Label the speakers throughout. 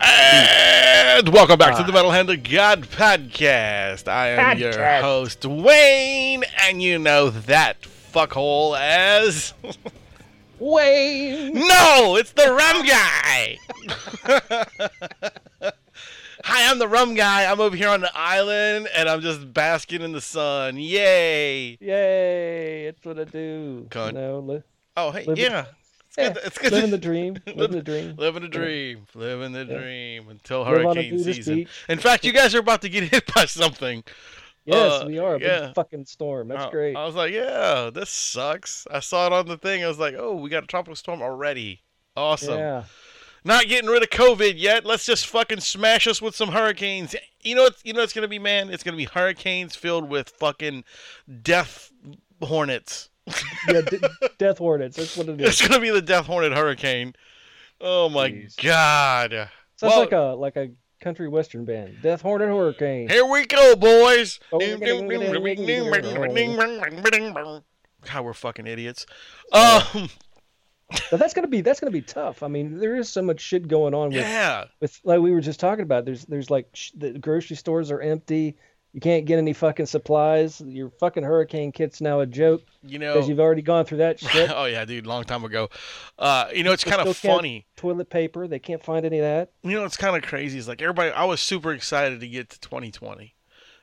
Speaker 1: And welcome back to the Metal Hand of God podcast. I am your
Speaker 2: Podcast.
Speaker 1: host, Wayne, and you know that fuckhole as.
Speaker 2: Wayne.
Speaker 1: no, it's the rum guy! Hi, I'm the rum guy. I'm over here on the island and I'm just basking in the sun. Yay!
Speaker 2: Yay, it's what I do.
Speaker 1: Con-
Speaker 2: You know, li-
Speaker 1: Oh, hey,
Speaker 2: Living-
Speaker 1: yeah. It's
Speaker 2: yeah,
Speaker 1: good. It's good.
Speaker 2: living
Speaker 1: to-
Speaker 2: the dream. Living the dream.
Speaker 1: Living a dream, living the
Speaker 2: Yeah.
Speaker 1: dream until
Speaker 2: Live on a
Speaker 1: hurricane
Speaker 2: Buddhist
Speaker 1: season.
Speaker 2: beach.
Speaker 1: In fact, you guys are about to get hit by something.
Speaker 2: Yes,
Speaker 1: Uh,
Speaker 2: we are. A big
Speaker 1: yeah. Oh,
Speaker 2: fucking storm. That's
Speaker 1: I-
Speaker 2: great.
Speaker 1: I was like, yeah, this sucks. I saw it on the thing. I was like, oh, we got a tropical storm already. Awesome.
Speaker 2: Yeah.
Speaker 1: Not getting rid of COVID yet. Let's just fucking smash us with some hurricanes. You know what? You know what it's gonna be, man. It's gonna be hurricanes filled with fucking death hornets.
Speaker 2: Yeah, d- death hornets. That's what it is.
Speaker 1: It's gonna be the death hornet hurricane. Oh my
Speaker 2: Jeez.
Speaker 1: god.
Speaker 2: Sounds
Speaker 1: Well-
Speaker 2: like a like a country western band. Death hornet hurricane.
Speaker 1: Here we go, boys.
Speaker 2: Oh,
Speaker 1: God, we're fucking idiots. Um,
Speaker 2: But that's gonna be that's gonna be tough. I mean, there is so much shit going on with
Speaker 1: yeah.
Speaker 2: with like we were just talking about there's there's like sh- the grocery stores are empty you can't get any fucking supplies your fucking hurricane kit's now a joke
Speaker 1: You know,
Speaker 2: because you've already gone through that shit
Speaker 1: oh yeah, dude, long time ago. Uh, you know, it's
Speaker 2: They
Speaker 1: kind
Speaker 2: still
Speaker 1: of
Speaker 2: can't-
Speaker 1: funny.
Speaker 2: toilet paper they can't find any of that
Speaker 1: You know, it's kind of crazy. It's like everybody. I was super excited to get to 2020.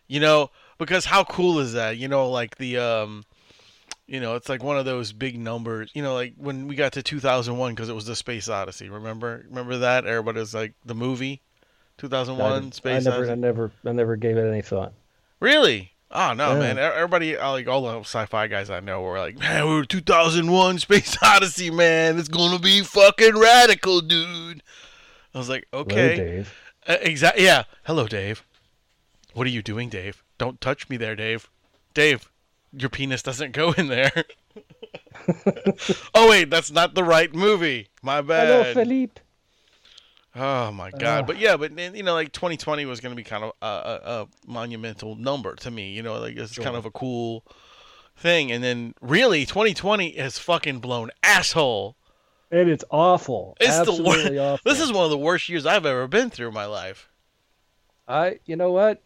Speaker 1: You know, because how cool is that? You know, like the um, you know, it's like one of those big numbers. You know, like when we got to 2001 because it was the Space Odyssey. Remember, remember that? Everybody was like the movie, 2001
Speaker 2: I, I
Speaker 1: Space
Speaker 2: never
Speaker 1: Odyssey.
Speaker 2: i never i never gave it any thought
Speaker 1: Really? Oh no,
Speaker 2: Yeah.
Speaker 1: man! E- Everybody, uh, like all the sci-fi guys I know, were like, "Man, we're 2001 Space Odyssey, man. It's gonna be fucking radical, dude." I was like,
Speaker 2: Hello,
Speaker 1: "Okay,
Speaker 2: dave
Speaker 1: exactly. Yeah, hello, Dave. What are you doing, Dave? Don't touch me there, Dave. Dave, your penis doesn't go in there." oh wait, that's not the right movie. My bad.
Speaker 2: hello philippe
Speaker 1: Oh my
Speaker 2: Ah.
Speaker 1: God! But yeah, but then, you know, like 2020 was going to be kind of a, a, a monumental number to me. You know, like it's kind
Speaker 2: Sure.
Speaker 1: of a cool thing. And then really, 2020 has fucking blown asshole.
Speaker 2: and it's awful
Speaker 1: It's the worst.
Speaker 2: absolutely awful
Speaker 1: This is one of the worst years I've ever been through in my life.
Speaker 2: I, you know what?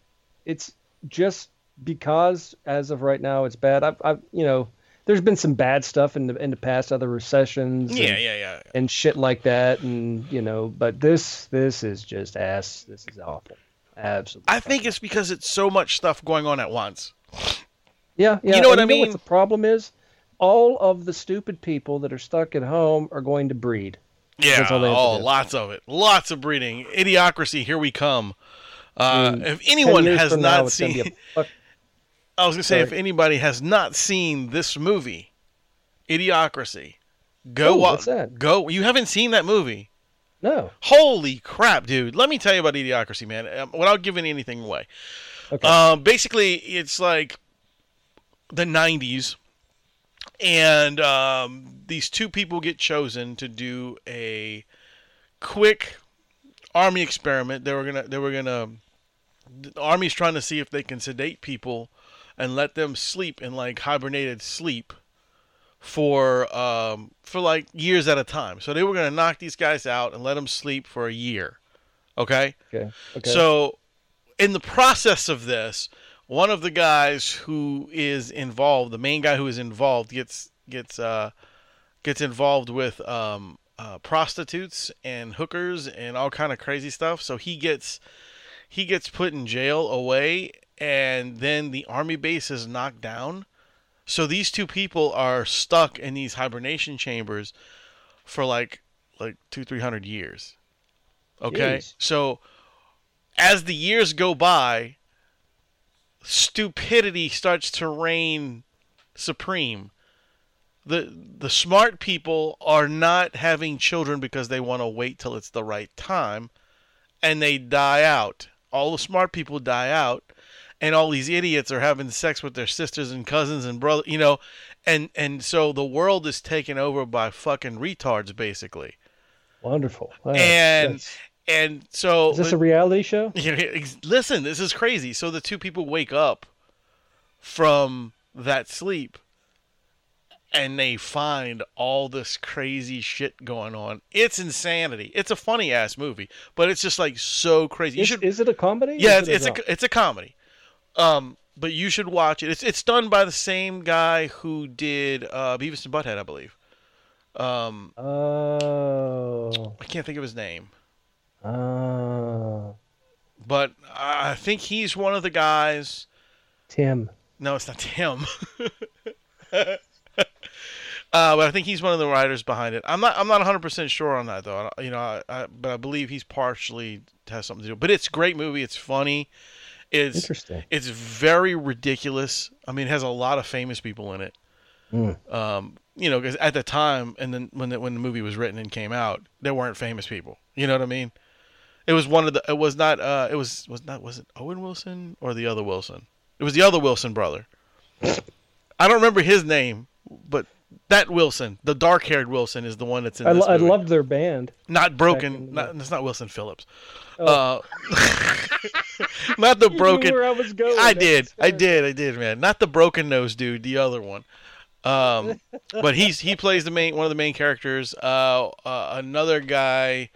Speaker 2: It's just because as of right now, it's bad. I've, I've you know, there's been some bad stuff in the in the past, other recessions,
Speaker 1: Yeah,
Speaker 2: and,
Speaker 1: yeah, yeah.
Speaker 2: and shit like that, and you know, but this this is just ass. This is awful. Absolutely.
Speaker 1: I think it's because it's so much stuff going on at once.
Speaker 2: Yeah, yeah.
Speaker 1: You know what
Speaker 2: and
Speaker 1: I mean?
Speaker 2: the problem is? All of the stupid people that are stuck at home are going to breed.
Speaker 1: Yeah,
Speaker 2: That's all they have to
Speaker 1: oh,
Speaker 2: do.
Speaker 1: lots of it, lots of breeding, idiocracy. Here we come. Uh,
Speaker 2: Mm.
Speaker 1: if
Speaker 2: Ten
Speaker 1: anyone
Speaker 2: years
Speaker 1: has
Speaker 2: from now,
Speaker 1: not
Speaker 2: it's gonna be
Speaker 1: seen,
Speaker 2: a fuck-
Speaker 1: I was gonna say, if
Speaker 2: Sorry.
Speaker 1: anybody has not seen this movie, Idiocracy, go
Speaker 2: Oh,
Speaker 1: wa-
Speaker 2: what's that?
Speaker 1: Go. You haven't seen that movie?
Speaker 2: no.
Speaker 1: Holy crap, dude! Let me tell you about Idiocracy, man. Um, without giving anything away.
Speaker 2: Okay.
Speaker 1: Um, basically, it's like the '90s, and um, these two people get chosen to do a quick army experiment. They were gonna. They were gonna. The army's trying to see if they can sedate people and let them sleep in like hibernated sleep for um, for like years at a time. So they were gonna knock these guys out and let them sleep for a year. Okay.
Speaker 2: okay. Okay.
Speaker 1: So, in the process of this, one of the guys who is involved, the main guy who is involved, gets gets uh, gets involved with um, uh, prostitutes and hookers and all kind of crazy stuff. So he gets he gets put in jail away, and then the army base is knocked down. So these two people are stuck in these hibernation chambers for like like two three hundred years. Okay,
Speaker 2: Jeez.
Speaker 1: so as the years go by, stupidity starts to reign supreme. The the smart people are not having children because they want to wait till it's the right time and they die out. all the smart people die out and all these idiots are having sex with their sisters and cousins and brother, you know, and and so the world is taken over by fucking retards basically.
Speaker 2: Wonderful. Wow,
Speaker 1: And-
Speaker 2: that's-
Speaker 1: And so
Speaker 2: is this a reality show?
Speaker 1: you know, ex- listen, this is crazy. So the two people wake up from that sleep and they find all this crazy shit going on. It's insanity. It's a funny ass movie, but it's just like so crazy. You
Speaker 2: Is,
Speaker 1: should
Speaker 2: is it a comedy?
Speaker 1: yeah, it's,
Speaker 2: Is it
Speaker 1: it's
Speaker 2: drama?
Speaker 1: a it's a comedy. Um, but you should watch it. It's it's done by the same guy who did uh, Beavis and Butthead, I believe. Um,
Speaker 2: Oh.
Speaker 1: I can't think of his name,
Speaker 2: Oh.
Speaker 1: but I I think he's one of the guys.
Speaker 2: Tim.
Speaker 1: No, it's not him. uh, but I think he's one of the writers behind it. I'm not. I'm not 100 percent sure on that though. I, you know, I, I, but I believe he's partially has something to do. But it's a great movie. It's funny. It's
Speaker 2: Interesting.
Speaker 1: It's very ridiculous. I mean, it has a lot of famous people in it.
Speaker 2: Mm.
Speaker 1: Um, you know, because at the time, and then when the, when the movie was written and came out, there weren't famous people. You know what I mean? It was one of the. It was not. Uh, it was was not. Was it Owen Wilson or the other Wilson? It was the other Wilson brother. I don't remember his name, but that Wilson, the dark-haired Wilson, is the one that's in
Speaker 2: I,
Speaker 1: this
Speaker 2: lo- I
Speaker 1: movie.
Speaker 2: loved their band.
Speaker 1: Not
Speaker 2: Back
Speaker 1: broken.
Speaker 2: in the-
Speaker 1: Not, it's not Wilson Phillips. Uh,
Speaker 2: Oh.
Speaker 1: not the
Speaker 2: You knew
Speaker 1: broken.
Speaker 2: where I was going.
Speaker 1: I
Speaker 2: That's
Speaker 1: did. I
Speaker 2: good.
Speaker 1: did. I did, man. Not the broken nose dude, the other one. Um, but he's he plays the main one of the main characters. Uh, uh another guy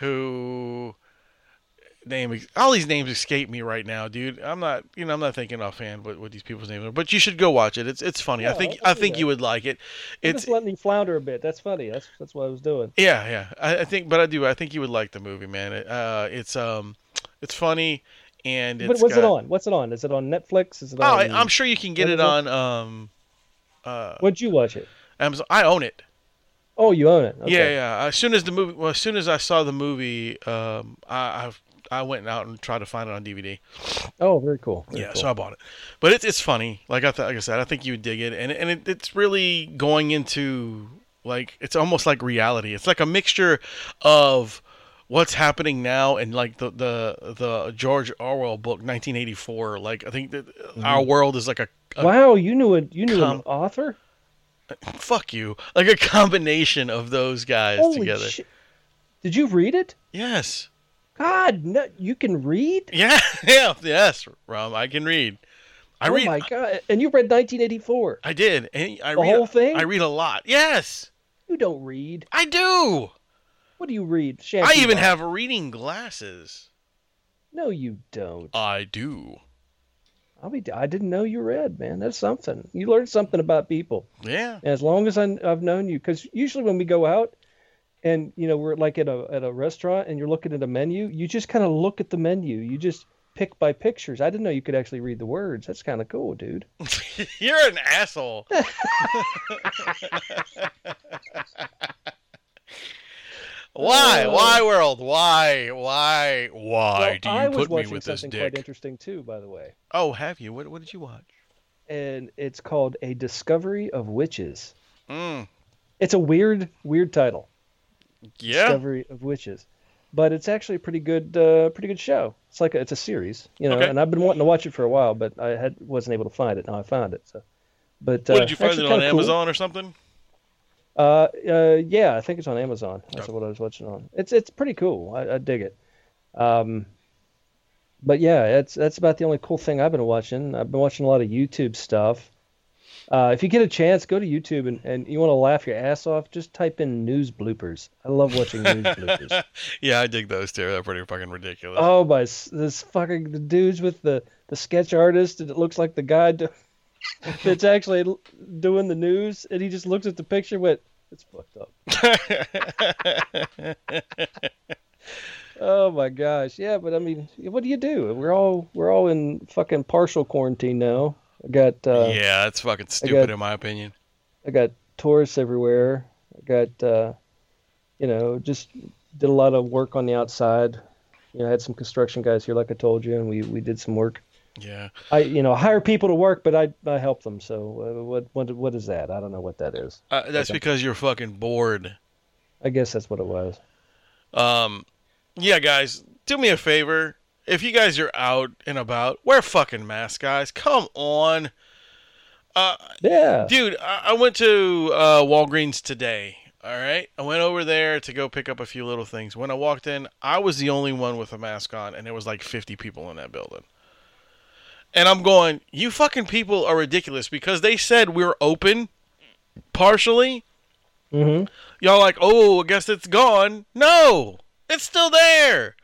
Speaker 1: who name all these names escape me right now, dude. I'm not you know I'm not thinking offhand what, what these people's names are, but you should go watch it. It's it's funny. I
Speaker 2: Yeah,
Speaker 1: think
Speaker 2: I'll
Speaker 1: I
Speaker 2: do
Speaker 1: think
Speaker 2: that.
Speaker 1: you would like it.
Speaker 2: I'm
Speaker 1: It's
Speaker 2: just letting you flounder a bit. That's funny. That's that's what I was doing.
Speaker 1: yeah, yeah. I, I think, but I do. I think you would like the movie, man. It, uh, it's um, it's funny, and it's
Speaker 2: But what's
Speaker 1: got-
Speaker 2: it on? What's it on? Is it on Netflix? Is it
Speaker 1: Oh,
Speaker 2: on?
Speaker 1: I, I'm sure you can get
Speaker 2: what
Speaker 1: it
Speaker 2: is it?
Speaker 1: on um, uh,
Speaker 2: What'd you watch it?
Speaker 1: Amazon. I own it.
Speaker 2: Oh, you own it. Okay.
Speaker 1: Yeah, yeah. As soon as the movie, well, as soon as I saw the movie, um, I I've, I went out and tried to find it on DVD.
Speaker 2: Oh, very cool. very
Speaker 1: yeah,
Speaker 2: cool.
Speaker 1: so I bought it. But it's it's funny. Like I th- like I said, I think you would dig it, and and it, it's really going into like it's almost like reality. It's like a mixture of what's happening now and like the the the George Orwell book 1984. Like I think that
Speaker 2: Mm-hmm.
Speaker 1: our world is like a, a
Speaker 2: wow, you knew a you knew
Speaker 1: Com-
Speaker 2: an author.
Speaker 1: fuck you like a combination of those guys
Speaker 2: Holy
Speaker 1: together.
Speaker 2: shit! Did you read it?
Speaker 1: Yes.
Speaker 2: God, no, you can read.
Speaker 1: Yeah, yeah, yes, Rom. I can read. I
Speaker 2: oh
Speaker 1: read.
Speaker 2: my god! And you read 1984.
Speaker 1: I did. And I
Speaker 2: The
Speaker 1: read
Speaker 2: whole thing?
Speaker 1: I read a lot. Yes,
Speaker 2: You don't read.
Speaker 1: I do.
Speaker 2: What do you read?
Speaker 1: I
Speaker 2: Shampoo
Speaker 1: even
Speaker 2: box.
Speaker 1: have reading glasses.
Speaker 2: No, you don't.
Speaker 1: I do.
Speaker 2: I'll be. I didn't know you read, man. That's something. You learned something about people.
Speaker 1: Yeah.
Speaker 2: And as long as I, I've known you, because usually when we go out, and you know we're like at a at a restaurant, and you're looking at a menu, you just kind of look at the menu. You just pick by pictures. I didn't know you could actually read the words. That's kind of cool, dude.
Speaker 1: You're an asshole. Why?
Speaker 2: Oh.
Speaker 1: Why, world? Why? Why?
Speaker 2: Well,
Speaker 1: Why do
Speaker 2: I
Speaker 1: you
Speaker 2: was
Speaker 1: put me
Speaker 2: watching
Speaker 1: with this
Speaker 2: something quite
Speaker 1: dick?
Speaker 2: interesting too, by the way,
Speaker 1: Oh, have you? What, what did you watch?
Speaker 2: and it's called "A Discovery of Witches."
Speaker 1: Mm.
Speaker 2: It's a weird, weird title,
Speaker 1: Yeah.
Speaker 2: "Discovery of Witches," but it's actually a pretty good, uh, pretty good show. It's like a, it's a series, you know,
Speaker 1: Okay.
Speaker 2: and I've been wanting to watch it for a while, but I had wasn't able to find it. Now I found it. So, but
Speaker 1: What
Speaker 2: uh,
Speaker 1: did you find it
Speaker 2: actually
Speaker 1: on
Speaker 2: kinda cool.
Speaker 1: Amazon or something?
Speaker 2: Uh, uh, yeah, I think it's on Amazon. That's what I was watching on. It's it's pretty cool. I, I dig it. Um, but yeah, that's that's about the only cool thing I've been watching. I've been watching a lot of YouTube stuff. Uh, if you get a chance, go to YouTube and, and you want to laugh your ass off, just type in news bloopers. I love watching news bloopers.
Speaker 1: Yeah, I dig those too. They're pretty fucking ridiculous.
Speaker 2: Oh my, s- this fucking the dudes with the the sketch artist and it looks like the guy do, that's actually l- doing the news and he just looks at the picture and went, it's fucked up. Oh my gosh, yeah, but I mean, what do you do? We're all we're all in fucking partial quarantine now. I got uh,
Speaker 1: yeah, that's fucking
Speaker 2: got-
Speaker 1: stupid in my opinion.
Speaker 2: I got tourists everywhere. I got uh, you know just did a lot of work on the outside. You know, I had some construction guys here, like I told you, and we we did some work.
Speaker 1: Yeah.
Speaker 2: I you know hire people to work, but I I help them. So uh, what what what is that? I don't know what that is.
Speaker 1: Uh, that's
Speaker 2: Okay.
Speaker 1: because you're fucking bored.
Speaker 2: I guess that's what it was.
Speaker 1: Um, yeah, guys, do me a favor. if you guys are out and about, wear fucking masks, guys. Come on. Uh,
Speaker 2: Yeah.
Speaker 1: dude, I, I went to uh, Walgreens today. All right, I went over there to go pick up a few little things. When I walked in, I was the only one with a mask on, and there was like 50 people in that building. And I'm going, you fucking people are ridiculous because they said we're open partially.
Speaker 2: hmm
Speaker 1: Y'all like, oh, I guess it's gone. No, it's still there.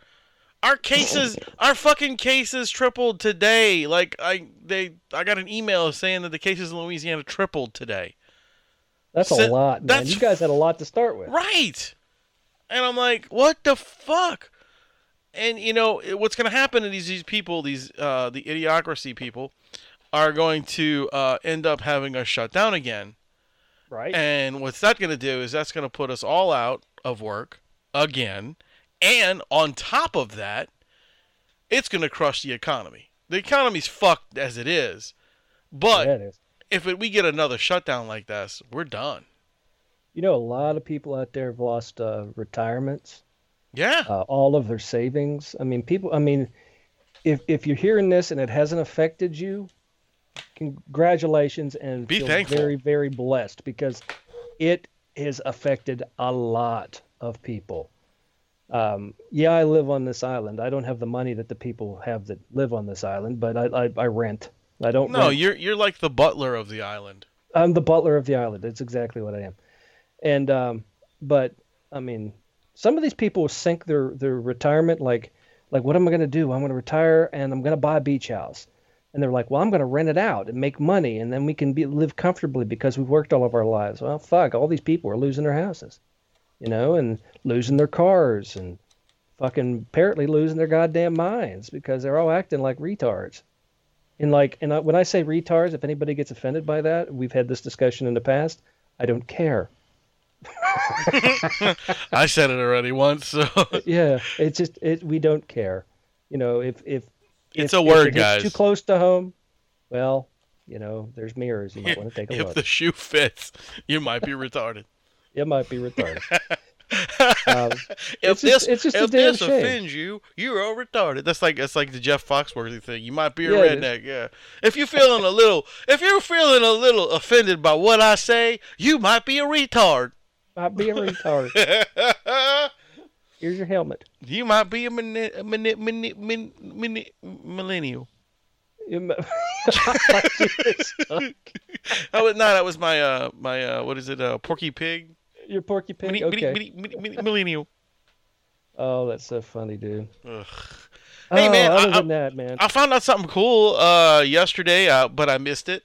Speaker 1: Our cases, our fucking cases tripled today. Like I, they, I got an email saying that the cases in Louisiana tripled today.
Speaker 2: That's
Speaker 1: So-
Speaker 2: a lot, man.
Speaker 1: that's-
Speaker 2: you guys had a lot to start with.
Speaker 1: Right. And I'm like, what the fuck? And you know it- what's going to happen is these people, these uh, the idiocracy people, are going to uh, end up having us shut down again.
Speaker 2: Right.
Speaker 1: And what's that going to do is that's going to put us all out of work again. And on top of that, it's going to crush the economy. The economy's fucked as it is. But
Speaker 2: yeah, it is.
Speaker 1: if it, we get another shutdown like this, we're done.
Speaker 2: You know, a lot of people out there have lost uh, retirements,
Speaker 1: Yeah.
Speaker 2: uh, all of their savings. I mean, people. I mean, if if you're hearing this and it hasn't affected you, congratulations and
Speaker 1: Be
Speaker 2: feel
Speaker 1: thankful.
Speaker 2: very very blessed because it has affected a lot of people. Um, yeah, I live on this island. I don't have the money that the people have that live on this island, but I I, I rent. I don't
Speaker 1: no,
Speaker 2: rent
Speaker 1: you're you're like the butler of the island.
Speaker 2: I'm the butler of the island. That's exactly what I am. And um, but I mean, some of these people sink their their retirement like like what am I going to do? I'm going to retire and I'm going to buy a beach house. And they're like, well, I'm going to rent it out and make money, and then we can be, live comfortably because we've worked all of our lives. Well, fuck, all these people are losing their houses, you know, and losing their cars, and fucking apparently losing their goddamn minds because they're all acting like retards. And like, and I, when I say retards, if anybody gets offended by that, we've had this discussion in the past. I don't care.
Speaker 1: I said it already once, so
Speaker 2: yeah, it's just it. We don't care. You know, if if
Speaker 1: It's
Speaker 2: if,
Speaker 1: a
Speaker 2: if
Speaker 1: word,
Speaker 2: it hits
Speaker 1: guys.
Speaker 2: Too close to home. Well, you know, there's mirrors. You might want to take a
Speaker 1: if
Speaker 2: look.
Speaker 1: the shoe fits, you might be retarded.
Speaker 2: It might be retarded. um,
Speaker 1: If
Speaker 2: It's just-
Speaker 1: this
Speaker 2: it's just a
Speaker 1: if this
Speaker 2: damn shame.
Speaker 1: offends you, you are retarded. That's like that's like the Jeff Foxworthy thing. You might be a
Speaker 2: Yeah, it is.
Speaker 1: redneck, yeah. If you're feeling a little if you're feeling a little offended by what I say, you might be a retard.
Speaker 2: might be a retard. Here's your helmet.
Speaker 1: you might be a mini, mini, mini, mini, mini, millennial.
Speaker 2: You mi-
Speaker 1: Oh no, that was my uh my uh what is it uh Porky Pig?
Speaker 2: Your porky pig.
Speaker 1: Mini,
Speaker 2: okay.
Speaker 1: mini, mini, mini, millennial.
Speaker 2: Oh, that's so funny, dude.
Speaker 1: Ugh.
Speaker 2: Oh,
Speaker 1: Hey, man,
Speaker 2: other
Speaker 1: I-
Speaker 2: than that, man,
Speaker 1: I found out something cool uh, yesterday, uh, but I missed it.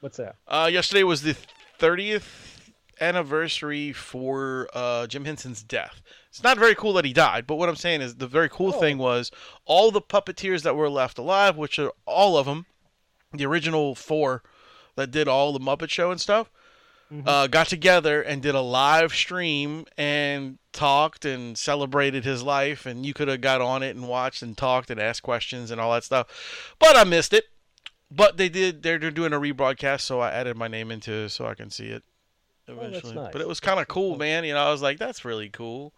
Speaker 2: what's that?
Speaker 1: Uh, yesterday was the 30th anniversary for uh, Jim Henson's death. It's not very cool that he died, but what I'm saying is the very cool
Speaker 2: Oh.
Speaker 1: thing was all the puppeteers that were left alive, which are all of them, the original four that did all the Muppet Show and stuff,
Speaker 2: Mhm.
Speaker 1: uh, got together and did a live stream and talked and celebrated his life. And you could have got on it and watched and talked and asked questions and all that stuff. But I missed it. But they did. They're they're doing a rebroadcast, so I added my name into it so I can see it
Speaker 2: Oh, that's
Speaker 1: eventually.
Speaker 2: nice.
Speaker 1: But it was kind of cool, man. You know, I was like, that's really cool.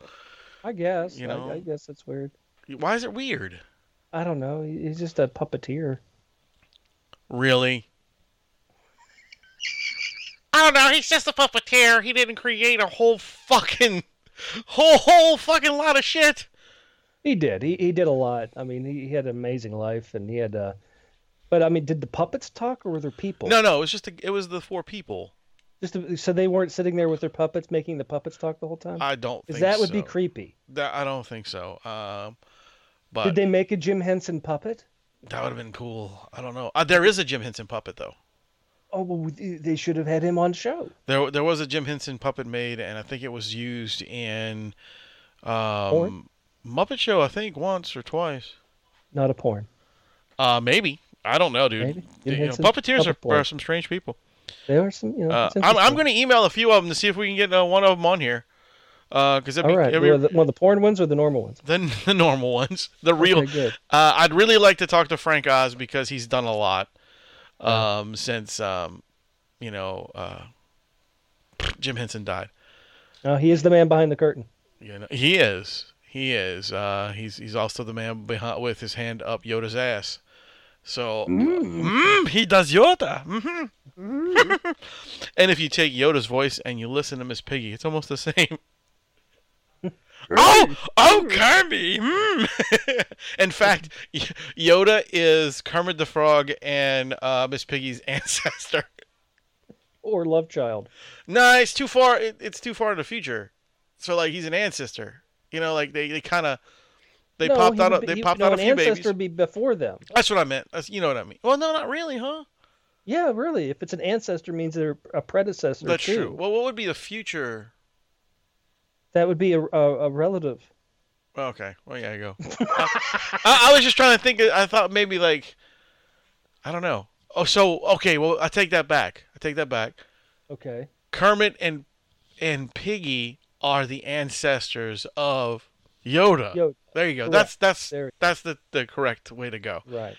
Speaker 2: I guess.
Speaker 1: You
Speaker 2: I-
Speaker 1: know.
Speaker 2: I guess that's weird.
Speaker 1: Why is it weird?
Speaker 2: I don't know. He- He's just a puppeteer.
Speaker 1: Really? I don't know. He's just a puppeteer. He didn't create a whole fucking whole whole fucking lot of shit.
Speaker 2: He did. He he did a lot. I mean, he, he had an amazing life, and he had. Uh, but I mean, did the puppets talk, or were there people?
Speaker 1: No, no. It was just a, it was the four people.
Speaker 2: Just to- so they weren't sitting there with their puppets, making the puppets talk the whole time.
Speaker 1: I don't.
Speaker 2: Because
Speaker 1: Think
Speaker 2: that would be
Speaker 1: so.
Speaker 2: creepy.
Speaker 1: That I don't think so. Um, but
Speaker 2: Did they make a Jim Henson puppet?
Speaker 1: that would have been cool. I don't know. Uh, there is a Jim Henson puppet though.
Speaker 2: Oh well, they should have had him on show.
Speaker 1: There, there was a Jim Henson puppet made, and I think it was used in
Speaker 2: Porn?
Speaker 1: um, Muppet Show. I think once or twice.
Speaker 2: Not a porn.
Speaker 1: Uh, maybe I don't know, dude.
Speaker 2: Maybe. Jim
Speaker 1: You know,
Speaker 2: Henson
Speaker 1: puppeteers
Speaker 2: puppet
Speaker 1: are,
Speaker 2: porn.
Speaker 1: are some strange people.
Speaker 2: There are some. You know,
Speaker 1: Uh,
Speaker 2: it's
Speaker 1: I'm, I'm
Speaker 2: interesting.
Speaker 1: going to email a few of them to see if we can get uh, one of them on here. Uh, Because
Speaker 2: All right.
Speaker 1: every,
Speaker 2: were the, one of the porn ones or the normal ones?
Speaker 1: the, the normal ones, the real.
Speaker 2: Okay, good.
Speaker 1: Uh, I'd really like to talk to Frank Oz because he's done a lot um, since um, you know uh, Jim Henson died.
Speaker 2: Uh, No, he is the man behind the curtain.
Speaker 1: You know, he is. He is. Uh, he's he's also the man behind with his hand up Yoda's ass. So Mm, he does Yoda. hmm and if you take Yoda's voice and you listen to Miss Piggy, it's almost the same. Oh, oh, Kermit! Mm. In fact, Y- Yoda is Kermit the Frog and uh, Miss Piggy's ancestor.
Speaker 2: Or love child.
Speaker 1: No, it's too far. It, it's too far in the future. So like he's an ancestor. You know, like they, they kind of they
Speaker 2: No,
Speaker 1: popped
Speaker 2: he
Speaker 1: out.
Speaker 2: would
Speaker 1: a-
Speaker 2: be-
Speaker 1: They
Speaker 2: he-
Speaker 1: popped
Speaker 2: no,
Speaker 1: out a few
Speaker 2: An ancestor
Speaker 1: babies.
Speaker 2: would be before them.
Speaker 1: That's what I meant. That's you know what I mean. Well, no, not really, huh?
Speaker 2: Yeah, really. If it's an ancestor, means they're a predecessor.
Speaker 1: That's
Speaker 2: too.
Speaker 1: true. Well, what would be the future?
Speaker 2: That would be a, a, a relative.
Speaker 1: Oh, okay. Well, yeah, go. I, I was just trying to think. I thought maybe like, I don't know. Oh, so okay. Well, I take that back. I take that back.
Speaker 2: Okay.
Speaker 1: Kermit and and Piggy are the ancestors of Yoda.
Speaker 2: Yo,
Speaker 1: There you go.
Speaker 2: Correct.
Speaker 1: That's that's
Speaker 2: There it
Speaker 1: that's the, the correct way to go.
Speaker 2: right,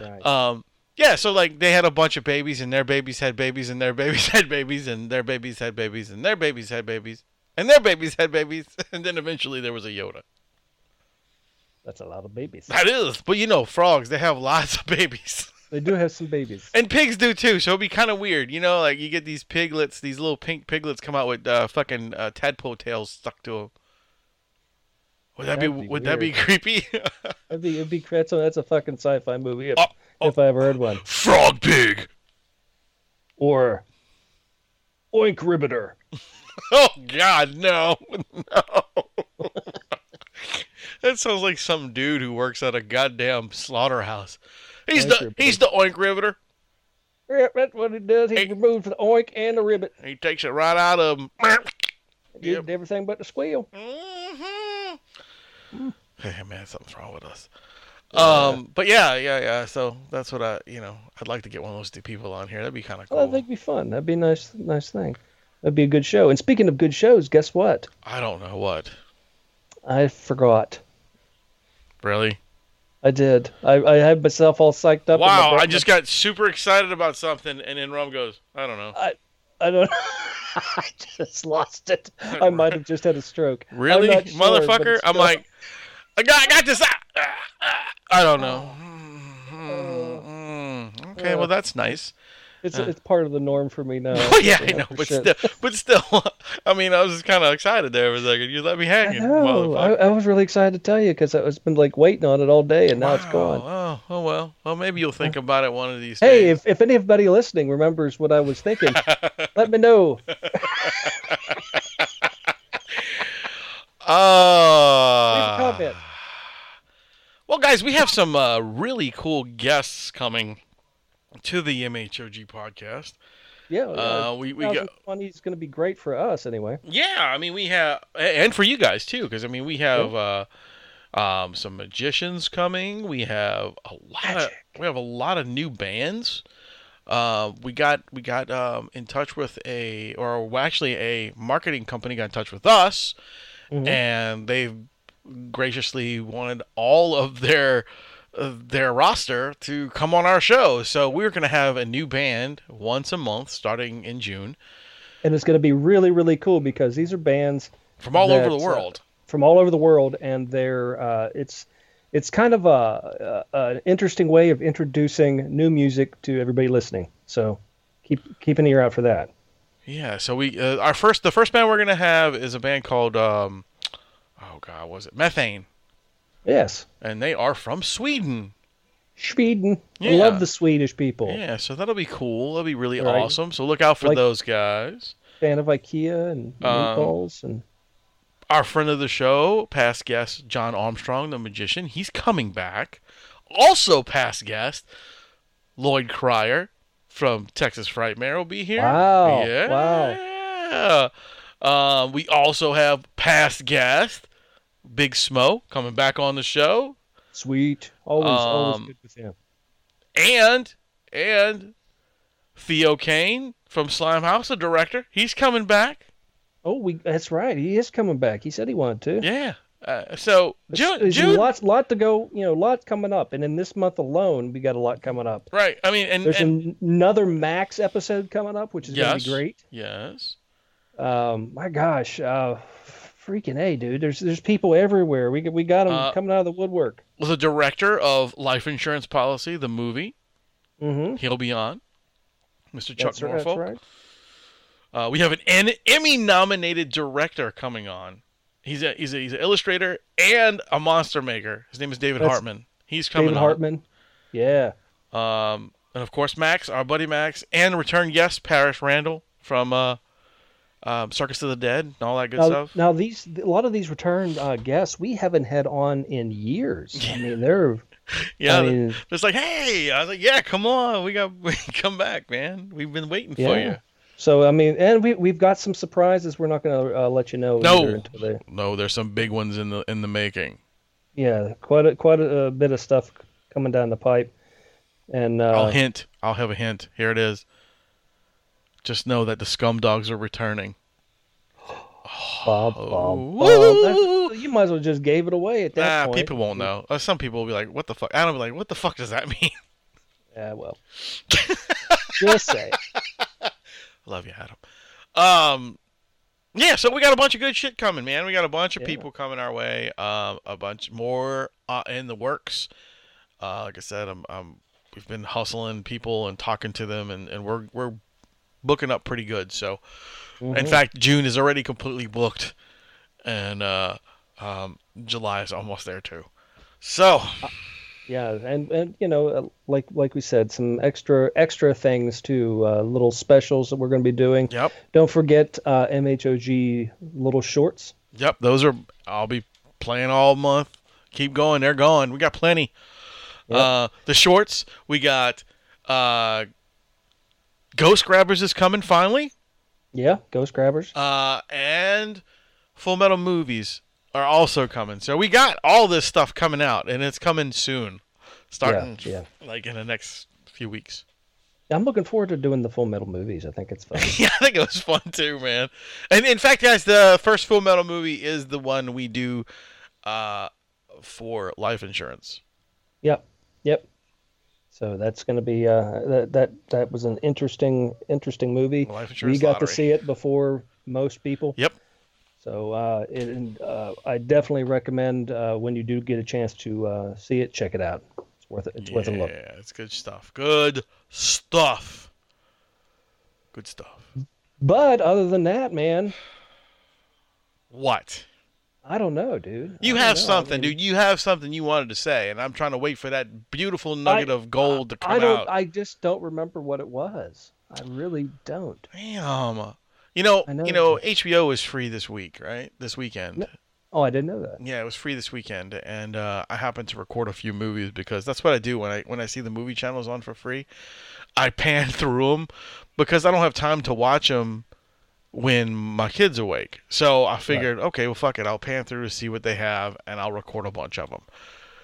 Speaker 2: right.
Speaker 1: Um, yeah. So like they had a bunch of babies, and their babies had babies, and their babies had babies, and their babies had babies, and their babies had babies, and their babies had babies, and then eventually there was a Yoda.
Speaker 2: That's a lot of babies.
Speaker 1: That is, but you know, frogs they have lots of babies,
Speaker 2: They do have some babies.
Speaker 1: and pigs do too. So it'd be kind of weird, you know, like you get these piglets, these little pink piglets come out with uh, fucking uh, tadpole tails stuck to them. Would that be,
Speaker 2: That'd be
Speaker 1: would that be
Speaker 2: weird.
Speaker 1: creepy?
Speaker 2: That'd be, it'd be that's a, that's a fucking sci-fi movie if,
Speaker 1: Oh, oh.
Speaker 2: if I ever heard one.
Speaker 1: Frog pig.
Speaker 2: Or Oink Ribbiter.
Speaker 1: Oh God, no, no. that sounds like some dude who works at a goddamn slaughterhouse. He's
Speaker 2: Oink
Speaker 1: the
Speaker 2: riveter.
Speaker 1: he's the oink riveter.
Speaker 2: Yeah, that's what it does. He
Speaker 1: Hey.
Speaker 2: removed the oink and the ribbit.
Speaker 1: He takes it right out of him.
Speaker 2: Did
Speaker 1: Yep. Oh.
Speaker 2: everything but the squeal.
Speaker 1: hmm Hey man, something's wrong with us. Um, but yeah, yeah, yeah. So that's what I, you know, I'd like to get one of those two people on here. That'd be kind of
Speaker 2: Well, I
Speaker 1: cool.
Speaker 2: think it'd be fun. That'd be a nice, nice thing. That'd be a good show. And speaking of good shows, guess what?
Speaker 1: I don't know what
Speaker 2: I forgot.
Speaker 1: really.
Speaker 2: I did. I, I had myself all psyched up. in my
Speaker 1: Wow, I
Speaker 2: brain.
Speaker 1: just got super excited about something, and then Rum goes, I don't know.
Speaker 2: I don't. I just lost it. I might have just had a stroke. I'm
Speaker 1: Really,
Speaker 2: not sure, but
Speaker 1: motherfucker?
Speaker 2: it's
Speaker 1: I'm
Speaker 2: still-
Speaker 1: like, I got, I got this. Ah, ah, ah. I don't know.
Speaker 2: Oh.
Speaker 1: Mm, Okay, well that's nice.
Speaker 2: it's it's part of the norm for me now.
Speaker 1: Well, yeah, I
Speaker 2: Uh, Yeah,
Speaker 1: know,
Speaker 2: for
Speaker 1: but
Speaker 2: sure.
Speaker 1: still, but still, I mean, I was just kind of excited there for a second. You let me hang,
Speaker 2: I
Speaker 1: you
Speaker 2: know. I,
Speaker 1: motherfucker.
Speaker 2: I was really excited to tell you because I was been like waiting on it all day, and now it's gone.
Speaker 1: Wow. Oh, oh well. Well, maybe you'll think about it one of these
Speaker 2: Hey,
Speaker 1: days.
Speaker 2: if, if anybody listening remembers what I was thinking, let me know.
Speaker 1: Uh,
Speaker 2: comment.
Speaker 1: well, guys, we have some uh, really cool guests coming to the MHOG podcast.
Speaker 2: Yeah,
Speaker 1: Uh, we we got
Speaker 2: 2020 is going to be great for us anyway.
Speaker 1: yeah. I mean, we have and for you guys too, because I mean, we have. Uh, um, some magicians coming. We have a lot.
Speaker 2: Magic.
Speaker 1: we have a lot of new bands. Uh, we got we got um, in touch with a or actually a marketing company got in touch with us,
Speaker 2: Mhm.
Speaker 1: and they've graciously wanted all of their uh, their roster to come on our show. So we're gonna have a new band once a month starting in June
Speaker 2: And it's going to be really, really cool because these are bands
Speaker 1: from all over the
Speaker 2: That's, uh,
Speaker 1: world.
Speaker 2: from all over the world, and they're uh, it's it's kind of a, a an interesting way of introducing new music to everybody listening. So keep keep an ear out for that.
Speaker 1: Yeah, so we uh, our first the first band we're gonna have is a band called um, oh god, what was it Methane,
Speaker 2: Yes,
Speaker 1: and they are from Sweden.
Speaker 2: Sweden. I
Speaker 1: Yeah.
Speaker 2: love the Swedish people.
Speaker 1: Yeah, so that'll be cool. That'll be really
Speaker 2: Right.
Speaker 1: awesome. So look out for
Speaker 2: Like-
Speaker 1: those guys.
Speaker 2: Fan of IKEA and
Speaker 1: Um,
Speaker 2: meatballs and
Speaker 1: Our friend of the show, past guest John Armstrong, the magician, he's coming back. Also, past guest Lloyd Cryer from Texas Frightmare will be here.
Speaker 2: Wow,
Speaker 1: Yeah. Wow. Um, we also have past guest Big Smo coming back on the show.
Speaker 2: sweet. Always,
Speaker 1: Um,
Speaker 2: always good with him.
Speaker 1: and and Theo Kane from Slime House, the director, he's coming back.
Speaker 2: Oh, we that's right. He is coming back. He said he wanted to.
Speaker 1: Yeah. Uh, so
Speaker 2: It's-
Speaker 1: June,
Speaker 2: it's
Speaker 1: June,
Speaker 2: lots, lot to go. You know, lot coming up, and in this month alone, we got a lot coming up.
Speaker 1: right? I mean, and,
Speaker 2: There's
Speaker 1: and-
Speaker 2: an- another Max episode coming up, which is going
Speaker 1: Yes.
Speaker 2: to be great.
Speaker 1: yes,
Speaker 2: Um, my gosh, uh, freaking a dude. There's there's people everywhere. We we got them
Speaker 1: Uh,
Speaker 2: coming out of the woodwork.
Speaker 1: the director of Life Insurance Policy, the movie.
Speaker 2: Mm-hmm.
Speaker 1: He'll be on. Mr. Chuck
Speaker 2: that's, right- that's
Speaker 1: Norfolk.
Speaker 2: right.
Speaker 1: Uh, we have an, an Emmy-nominated director coming on. He's a he's a, he's an illustrator and a monster maker. His name is David
Speaker 2: That's-
Speaker 1: Hartman. He's coming
Speaker 2: David
Speaker 1: on.
Speaker 2: Hartman. Yeah.
Speaker 1: Um, and of course Max, our buddy Max, and return guest Paris Randall from uh, um, Circus of the Dead and all that good
Speaker 2: Now,
Speaker 1: stuff.
Speaker 2: now these a lot of these returned uh, guests we haven't had on in years. I mean they're
Speaker 1: Yeah,
Speaker 2: I mean
Speaker 1: it's like hey, I was like yeah, come on, we got we come back, man. We've been waiting for
Speaker 2: Yeah.
Speaker 1: you.
Speaker 2: so I mean and we we've got some surprises we're not going to uh, let you know
Speaker 1: No.
Speaker 2: either until they
Speaker 1: No, there's some big ones in the in the making.
Speaker 2: yeah quite a, quite a, bit of stuff coming down the pipe and
Speaker 1: I'll
Speaker 2: uh,
Speaker 1: hint. I'll have a hint. Here it is. Just know that the scum dogs are returning.
Speaker 2: Bob, Bob,
Speaker 1: Oh, Woo!
Speaker 2: Bob. That- you might as well just gave it away at that
Speaker 1: Nah,
Speaker 2: point.
Speaker 1: Ah, people won't know. Uh, Some people will be like, "What the fuck?" I don't be like, "What the fuck does that mean?"
Speaker 2: Yeah, well, just say
Speaker 1: Love you, Adam. Um, yeah, so we got a bunch of good shit coming, man. We got a bunch of
Speaker 2: Yeah.
Speaker 1: people coming our way. Um, a bunch more uh, in the works. Uh, like I said, I'm, I'm, we've been hustling people and talking to them, and, and we're we're booking up pretty good. So, in
Speaker 2: Mhm.
Speaker 1: fact, June is already completely booked, and uh, um, July is almost there too. So,
Speaker 2: yeah, and and you know, uh, like like we said, some extra extra things too, uh, little specials that we're going to be doing.
Speaker 1: yep,
Speaker 2: Don't forget uh, MHOG little shorts.
Speaker 1: yep, those are I'll be playing all month. Keep going, they're going. We got plenty.
Speaker 2: Yep.
Speaker 1: Uh, the shorts. We got uh, Ghost Grabbers is coming finally,
Speaker 2: Yeah, Ghost Grabbers.
Speaker 1: uh, and Full Metal Movies are also coming. So we got all this stuff coming out, and it's coming soon, starting
Speaker 2: yeah.
Speaker 1: like in the next few weeks.
Speaker 2: I'm looking forward to doing the Full Metal movies. I think it's fun.
Speaker 1: Yeah, I think it was fun too, man. And in fact, guys, the first Full Metal movie is the one we do uh, for life insurance.
Speaker 2: yep, yep. So that's going to be uh, that that that was an interesting interesting movie.
Speaker 1: Life insurance
Speaker 2: We got to
Speaker 1: lottery.
Speaker 2: see it before most people.
Speaker 1: Yep.
Speaker 2: So uh, it, and, uh, I definitely recommend uh, when you do get a chance to uh, see it, check it out. It's worth it. It's worth a look.
Speaker 1: Yeah, it's good stuff. Good stuff. Good stuff.
Speaker 2: But other than that, man,
Speaker 1: What?
Speaker 2: I don't know, dude.
Speaker 1: You
Speaker 2: I don't
Speaker 1: have
Speaker 2: know. I
Speaker 1: something,
Speaker 2: mean,
Speaker 1: dude. You have something you wanted to say, and I'm trying to wait for that beautiful nugget of gold to come
Speaker 2: I don't.
Speaker 1: out.
Speaker 2: I just don't remember what it was. I really don't.
Speaker 1: Damn. You know,
Speaker 2: I know.
Speaker 1: you know, HBO is free this week, right? This weekend.
Speaker 2: No. Oh, I didn't know that.
Speaker 1: Yeah, it was free this weekend, and uh, I happened to record a few movies because that's what I do when I when I see the movie channels on for free. I pan through them because I don't have time to watch them when my kid's awake. So I figured, okay, well, fuck it, I'll pan through to see what they have, and I'll record a bunch of them.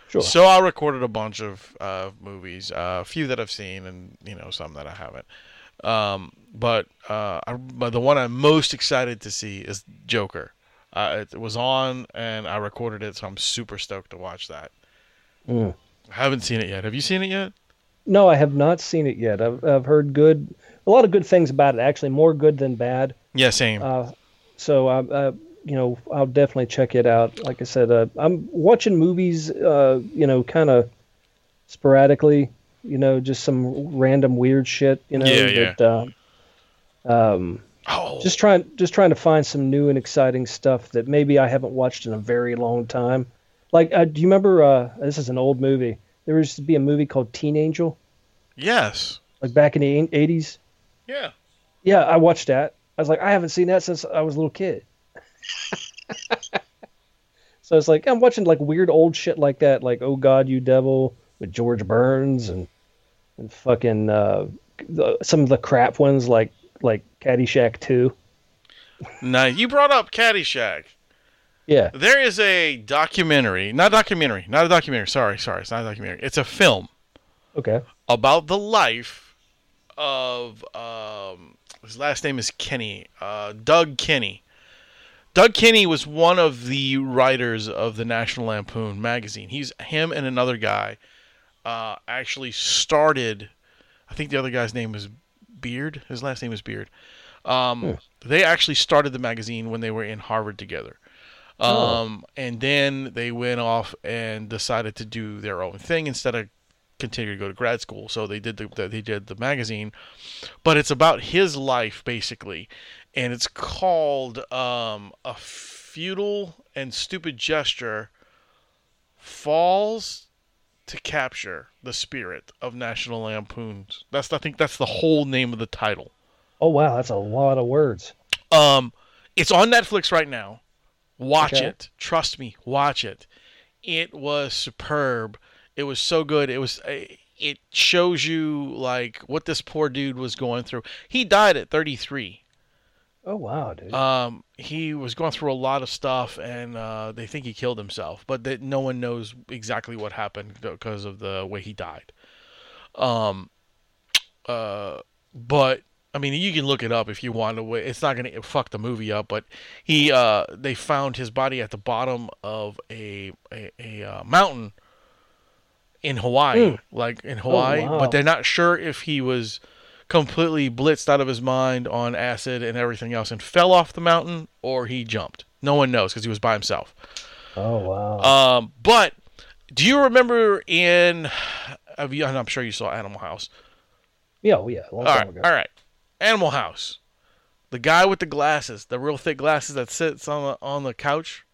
Speaker 2: Sure.
Speaker 1: So I recorded a bunch of uh, movies, uh, a few that I've seen, and you know some that I haven't. Um, but uh, I, but the one I'm most excited to see is Joker. Uh, it was on, and I recorded it, so I'm super stoked to watch that.
Speaker 2: Mm.
Speaker 1: I haven't seen it yet. Have you seen it yet?
Speaker 2: No, I have not seen it yet. I've I've heard good, a lot of good things about it. Actually, more good than bad.
Speaker 1: Yeah, same.
Speaker 2: Uh, so I, I, you know, I'll definitely check it out. Like I said, uh, I'm watching movies, uh, you know, kind of sporadically. You know, just some random weird shit. You know,
Speaker 1: Yeah,
Speaker 2: that, uh, um,
Speaker 1: oh,
Speaker 2: just trying just trying to find some new and exciting stuff that maybe I haven't watched in a very long time. Like, uh, do you remember? Uh, this is an old movie. There used to be a movie called Teen Angel,
Speaker 1: yes,
Speaker 2: like back in the '80s.
Speaker 1: yeah.
Speaker 2: Yeah, I watched that. I was like, I haven't seen that since I was a little kid. so it's like I'm watching like weird old shit like that, like Oh God, You Devil with George Burns and and fucking uh, the, some of the crap ones like like Caddyshack Two.
Speaker 1: Nice. You brought up Caddyshack.
Speaker 2: Yeah,
Speaker 1: There is a documentary, not documentary, not a documentary. Sorry, sorry, it's not a documentary. It's a film
Speaker 2: okay.
Speaker 1: about the life of um, his last name is Kenny, uh, Doug Kenny. Doug Kenny was one of the writers of the National Lampoon magazine. He's him and another guy uh, actually started. I think the other guy's name was Beard. His last name is Beard. Um, They actually started the magazine when they were in Harvard together. Um, And then they went off and decided to do their own thing instead of continue to go to grad school. So they did the they did the magazine, but it's about his life basically, and it's called um, a futile and stupid gesture falls to capture the spirit of National Lampoons. That's I think that's the whole name of the title.
Speaker 2: Oh wow, that's a lot of words.
Speaker 1: Um, it's on Netflix right now. Watch
Speaker 2: Okay.
Speaker 1: it. Trust me, watch it. It was superb. It was so good. It was. eh, It shows you like what this poor dude was going through. He died at 33.
Speaker 2: Oh wow, dude.
Speaker 1: Um, he was going through a lot of stuff, and uh, they think he killed himself, but that no one knows exactly what happened because of the way he died. Um, uh, but I mean, you can look it up if you want to. It's not gonna fuck the movie up, but he, uh, they found his body at the bottom of a a, a uh, mountain in Hawaii, like in Hawaii,
Speaker 2: wow.
Speaker 1: but they're not sure if he was completely blitzed out of his mind on acid and everything else and fell off the mountain or he jumped. No one knows because he was by himself.
Speaker 2: oh wow.
Speaker 1: Um, but do you remember in? have you- I'm sure you saw Animal House.
Speaker 2: yeah, oh, yeah, a long
Speaker 1: All
Speaker 2: time
Speaker 1: right,
Speaker 2: ago.
Speaker 1: all right. Animal House. The guy with the glasses, the real thick glasses that sits on the, on the couch,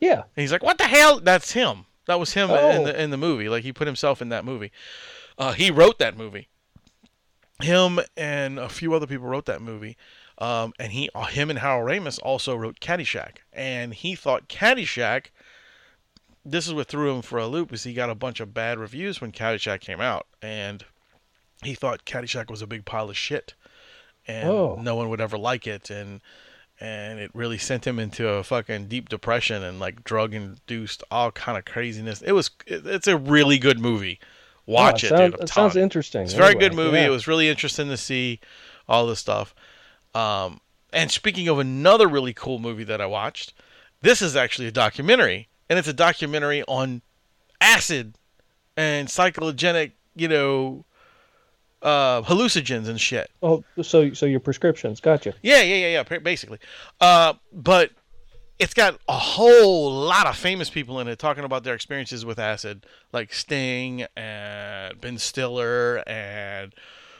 Speaker 2: Yeah.
Speaker 1: and he's like, "What the hell?" That's him. That was him in
Speaker 2: Oh.
Speaker 1: the in the movie. Like he put himself in that movie. Uh, he wrote that movie. Him and a few other people wrote that movie. Um, and he, him and Harold Ramis also wrote Caddyshack, and he thought Caddyshack. This is what threw him for a loop is he got a bunch of bad reviews when Caddyshack came out, and he thought Caddyshack was a big pile of shit, and
Speaker 2: Oh.
Speaker 1: no one would ever like it, and and it really sent him into a fucking deep depression and like drug induced all kind of craziness. It was, it, it's a really good movie. Watch
Speaker 2: Oh,
Speaker 1: it,
Speaker 2: sound-
Speaker 1: dude. I'm
Speaker 2: it sounds
Speaker 1: telling you.
Speaker 2: interesting.
Speaker 1: It's a very
Speaker 2: anyway.
Speaker 1: good movie.
Speaker 2: Yeah.
Speaker 1: It was really interesting to see all this stuff. Um, and speaking of another really cool movie that I watched, this is actually a documentary, and it's a documentary on acid and psychogenic, you know, uh, hallucinogens and shit.
Speaker 2: Oh, so so your prescriptions, gotcha.
Speaker 1: Yeah, yeah, yeah, yeah. pa- Basically, uh, but it's got a whole lot of famous people in it talking about their experiences with acid, like Sting and Ben Stiller and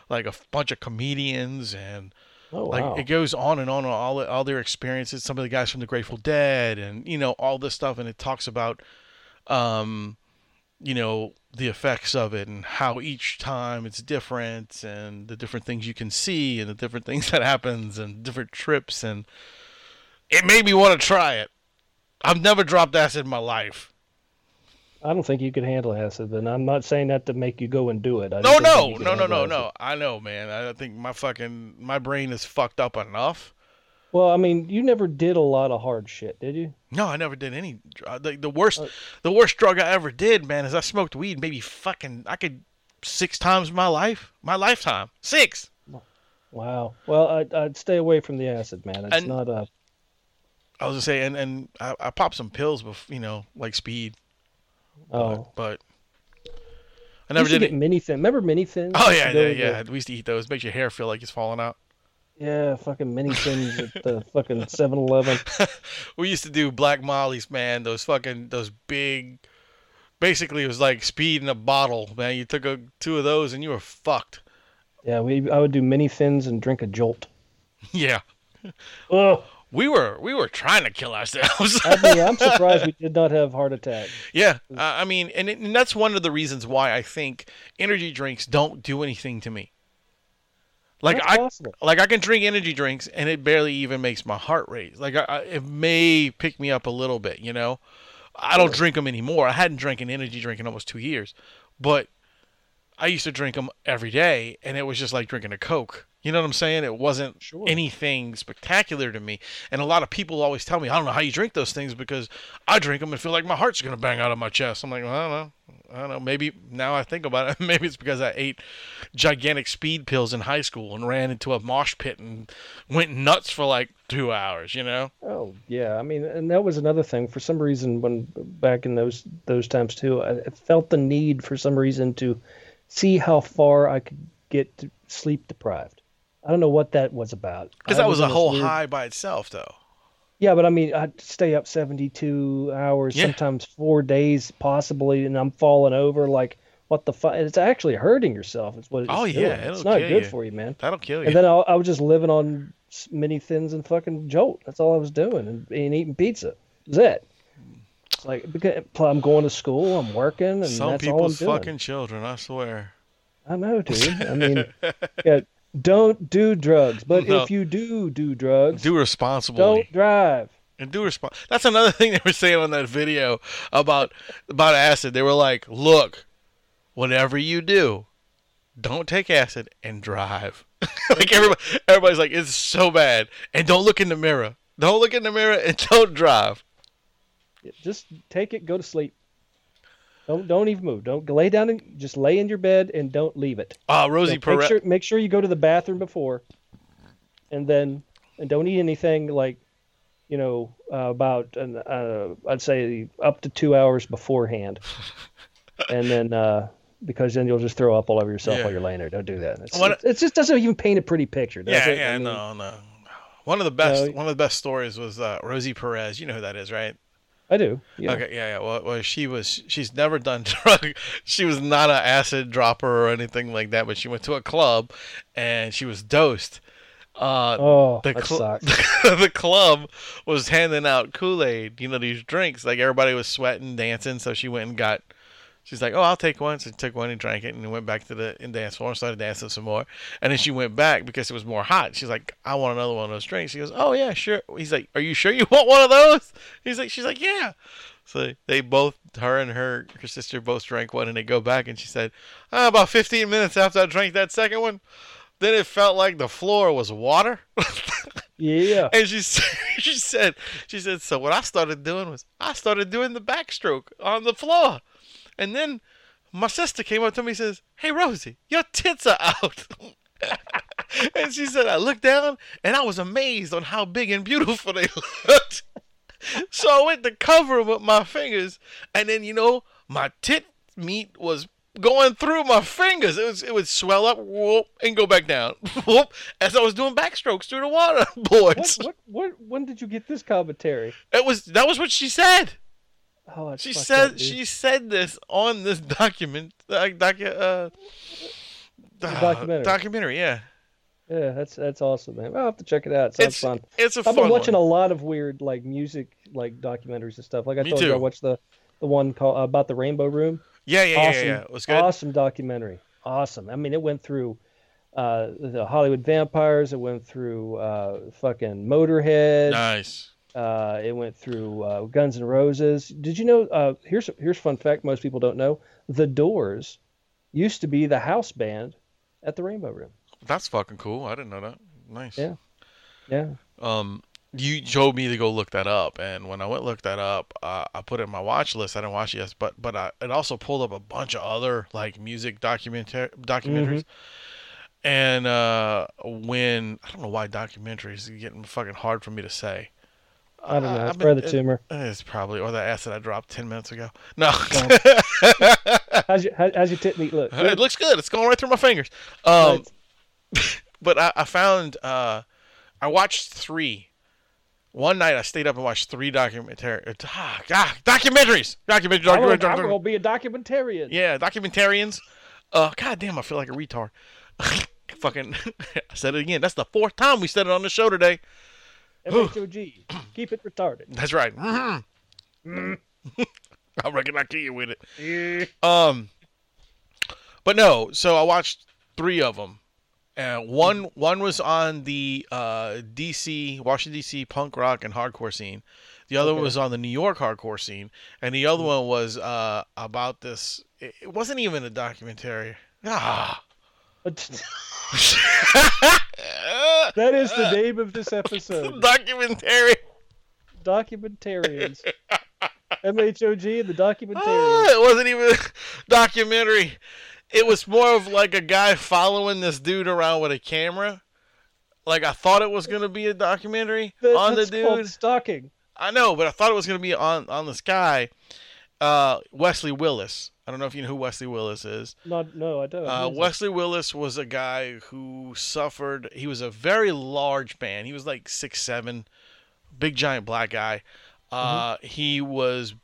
Speaker 1: like a f- bunch of comedians and
Speaker 2: Oh
Speaker 1: like
Speaker 2: wow.
Speaker 1: it goes on and on on all all their experiences. Some of the guys from the Grateful Dead and you know all this stuff, and it talks about, um, you know the effects of it and how each time it's different and the different things you can see and the different things that happens and different trips and it made me want to try it. I've never dropped acid in my life.
Speaker 2: I don't think you could handle acid, and I'm not saying that to make you go and do it.
Speaker 1: No,
Speaker 2: I just don't
Speaker 1: no,
Speaker 2: think you could
Speaker 1: no, no,
Speaker 2: handle
Speaker 1: no,
Speaker 2: acid.
Speaker 1: no. I know, man. I I think my fucking my brain is fucked up enough.
Speaker 2: Well, I mean, you never did a lot of hard shit, did you?
Speaker 1: No, I never did any. dr- uh, The, the worst, the worst drug I ever did, man, is I smoked weed. Maybe fucking, I could six times in my life, my lifetime, six.
Speaker 2: Wow. Well, I'd, I'd stay away from the acid, man. It's
Speaker 1: And-
Speaker 2: not a.
Speaker 1: I was gonna say, and and I, I popped some pills, before, you know, like speed,
Speaker 2: Oh.
Speaker 1: but I
Speaker 2: You
Speaker 1: never
Speaker 2: should
Speaker 1: did.
Speaker 2: get
Speaker 1: It.
Speaker 2: mini thin. Remember mini thins?
Speaker 1: Oh yeah,
Speaker 2: They
Speaker 1: yeah,
Speaker 2: were
Speaker 1: yeah. We used to eat those. Makes your hair feel like it's falling out.
Speaker 2: the- yeah, fucking mini thins at the fucking 7-Eleven.
Speaker 1: We used to do black mollies, man. Those fucking those big. Basically, it was like speed in a bottle, man. You took a, two of those and you were fucked.
Speaker 2: Yeah, we. I would do mini thins and drink a Jolt.
Speaker 1: Yeah.
Speaker 2: Oh,
Speaker 1: we were we were trying to kill ourselves.
Speaker 2: I mean, I'm surprised we did not have heart attack.
Speaker 1: yeah, I I mean, and, it, and that's one of the reasons why I think energy drinks don't do anything to me. Like
Speaker 2: That's
Speaker 1: I
Speaker 2: possible.
Speaker 1: like I can drink energy drinks and it barely even makes my heart race. Like I, I, it may pick me up a little bit, you know. I don't drink them anymore. I hadn't drank an energy drink in almost two years, but I used to drink them every day, and it was just like drinking a Coke. You know what I'm saying? It wasn't
Speaker 2: Sure.
Speaker 1: anything spectacular to me. And a lot of people always tell me, I don't know how you drink those things because I drink them and feel like my heart's going to bang out of my chest. I'm like, well, I don't know. I don't know. Maybe now I think about it. Maybe it's because I ate gigantic speed pills in high school and ran into a mosh pit and went nuts for like two hours, you know?
Speaker 2: Oh yeah, I mean, and that was another thing. For some reason, when back in those those times too, I I felt the need for some reason to see how far I could get to sleep deprived. I don't know what that was about.
Speaker 1: Because
Speaker 2: I
Speaker 1: that was a
Speaker 2: in this
Speaker 1: whole
Speaker 2: weird-
Speaker 1: high by itself, though.
Speaker 2: Yeah, but I mean, I stay up 72 hours,
Speaker 1: Yeah.
Speaker 2: sometimes four days possibly, and I'm falling over. Like, what the fuck? It's actually hurting yourself. It's what it's
Speaker 1: Oh, yeah,
Speaker 2: doing.
Speaker 1: it'll
Speaker 2: It's not
Speaker 1: kill
Speaker 2: good
Speaker 1: you.
Speaker 2: for you, man.
Speaker 1: That'll kill you.
Speaker 2: And then I, I was just living on s- mini thins and fucking jolt. That's all I was doing, and, and eating pizza. That's it. It's like because pl- I'm going to school, I'm working, and
Speaker 1: Some
Speaker 2: that's all I'm
Speaker 1: people's
Speaker 2: doing.
Speaker 1: fucking children, I swear.
Speaker 2: I know, dude. I mean, yeah, don't do drugs, but
Speaker 1: No.
Speaker 2: if you do do drugs,
Speaker 1: Do responsibly.
Speaker 2: don't drive.
Speaker 1: and do respond. That's another thing they were saying on that video about about acid. They were like, "Look, whatever you do, don't take acid and drive." like everybody, everybody's like, "It's so bad," and don't look in the mirror. Don't look in the mirror and don't drive.
Speaker 2: Just take it, go to sleep. Don't don't even move. Don't lay down and just lay in your bed and don't leave it.
Speaker 1: Ah, Rosie
Speaker 2: Like, make
Speaker 1: Perez.
Speaker 2: sure make sure you go to the bathroom before, and then and don't eat anything like, you know, uh, about an, uh, I'd say up to two hours beforehand, and then uh, because then you'll just throw up all over yourself
Speaker 1: Yeah.
Speaker 2: while you're laying there. Don't do that. It's,
Speaker 1: What-
Speaker 2: it's- it just doesn't even paint a pretty picture. Does
Speaker 1: yeah,
Speaker 2: it?
Speaker 1: yeah,
Speaker 2: I mean,
Speaker 1: no, no. One of the best,
Speaker 2: No.
Speaker 1: one of the best stories was uh, Rosie Perez. You know who that is, right?
Speaker 2: I do. Yeah.
Speaker 1: Okay, yeah, yeah. Well, well, she was. She's never done drug. She was not an acid dropper or anything like that. But she went to a club, and she was dosed. Uh,
Speaker 2: Oh,
Speaker 1: the,
Speaker 2: that
Speaker 1: cl-
Speaker 2: sucks.
Speaker 1: the club was handing out Kool Aid. You know these drinks. Like everybody was sweating, dancing. So she went and got. She's like, "Oh, I'll take one." So she took one and drank it, and went back to the and dance floor and started dancing some more. And then she went back because it was more hot. She's like, "I want another one of those drinks." He goes, "Oh yeah, sure." He's like, "Are you sure you want one of those?" He's like, "She's like, yeah." So they both, her and her, her sister, both drank one, and they go back, and she said, "Ah, "About 15 minutes after I drank that second one, then it felt like the floor was water."
Speaker 2: Yeah.
Speaker 1: And she said, she said, she said, so what I started doing was I started doing the backstroke on the floor. And then my sister came up to me and says, Hey, Rosie, your tits are out. and she said, I looked down and I was amazed on how big and beautiful they looked. so I went to cover 'em with my fingers. And then, you know, my tit meat was going through my fingers. It was it would swell up, whoop, and go back down, whoop, as I was doing backstrokes through the water
Speaker 2: What,
Speaker 1: boards.
Speaker 2: what, what, when did you get this commentary?
Speaker 1: It was that was what she said.
Speaker 2: Oh, that's
Speaker 1: She
Speaker 2: fucked
Speaker 1: said
Speaker 2: up, dude.
Speaker 1: she said this on this document, uh, docu, uh, uh,
Speaker 2: documentary.
Speaker 1: documentary, yeah.
Speaker 2: Yeah, that's that's awesome, man. I'll have to check it out. It sounds
Speaker 1: It's
Speaker 2: fun.
Speaker 1: it's a
Speaker 2: I've
Speaker 1: fun
Speaker 2: been watching
Speaker 1: one.
Speaker 2: a lot of weird like music like documentaries and stuff. Like I
Speaker 1: Me
Speaker 2: told you, I
Speaker 1: too.
Speaker 2: watched the the one called about the Rainbow Room.
Speaker 1: yeah, yeah, yeah, yeah,
Speaker 2: awesome,
Speaker 1: yeah. It was good.
Speaker 2: awesome documentary. Awesome. I mean, it went through uh, the Hollywood vampires. It went through uh, fucking Motorhead.
Speaker 1: Nice.
Speaker 2: Uh, it went through uh, Guns N' Roses. Did you know? Uh, here's here's a fun fact most people don't know. The Doors used to be the house band at the Rainbow Room.
Speaker 1: That's fucking cool. I didn't know that. Nice.
Speaker 2: Yeah. Yeah.
Speaker 1: um you told me to go look that up and when i went look that up uh, i put it in my watch list i didn't watch it yet but but I, it also pulled up a bunch of other like music documentary documentaries
Speaker 2: Mm-hmm.
Speaker 1: and uh when i don't know why documentaries are getting fucking hard for me to say
Speaker 2: I don't
Speaker 1: Uh,
Speaker 2: know.
Speaker 1: I've
Speaker 2: It's
Speaker 1: been-
Speaker 2: probably the
Speaker 1: it-
Speaker 2: tumor.
Speaker 1: it's probably or the acid i dropped 10 minutes ago no uh,
Speaker 2: How's your how, how's your tit meat look?
Speaker 1: it looks good it's going right through my fingers um
Speaker 2: Right.
Speaker 1: but I, I found uh, I watched three. One night I stayed up and watched three documentary uh, ah, ah, documentaries. Documentary,
Speaker 2: I'm gonna-
Speaker 1: documentary,
Speaker 2: I'm gonna be a documentarian.
Speaker 1: yeah, documentarians. Uh, God damn, I feel like a retard. Fucking, I said it again. That's the fourth time we said it on the show today.
Speaker 2: FHOG. Keep it retarded.
Speaker 1: That's right. Mhm. I reckon I kill you with it. Um, but no. So I watched three of them. And one one was on the uh, DC Washington DC punk rock and hardcore scene. The other one
Speaker 2: Okay.
Speaker 1: was on the New York hardcore scene, and the other one was uh, about this. It it wasn't even a documentary. Ah.
Speaker 2: But that is the name of this episode.
Speaker 1: documentary.
Speaker 2: Documentarians. MHOG and the documentarian.
Speaker 1: Ah, it wasn't even documentary. It was more of like a guy following this dude around with a camera. Like I thought it was gonna be a documentary
Speaker 2: That-
Speaker 1: on the
Speaker 2: that's called
Speaker 1: dude.
Speaker 2: stalking.
Speaker 1: I know, but I thought it was gonna be on on this guy, uh, Wesley Willis. I don't know if you know who Wesley Willis is.
Speaker 2: Not, no, I don't.
Speaker 1: Uh,
Speaker 2: Who is it?
Speaker 1: Wesley Willis was a guy who suffered. He was a very large man. He was like six seven, big giant black guy. Uh, He was,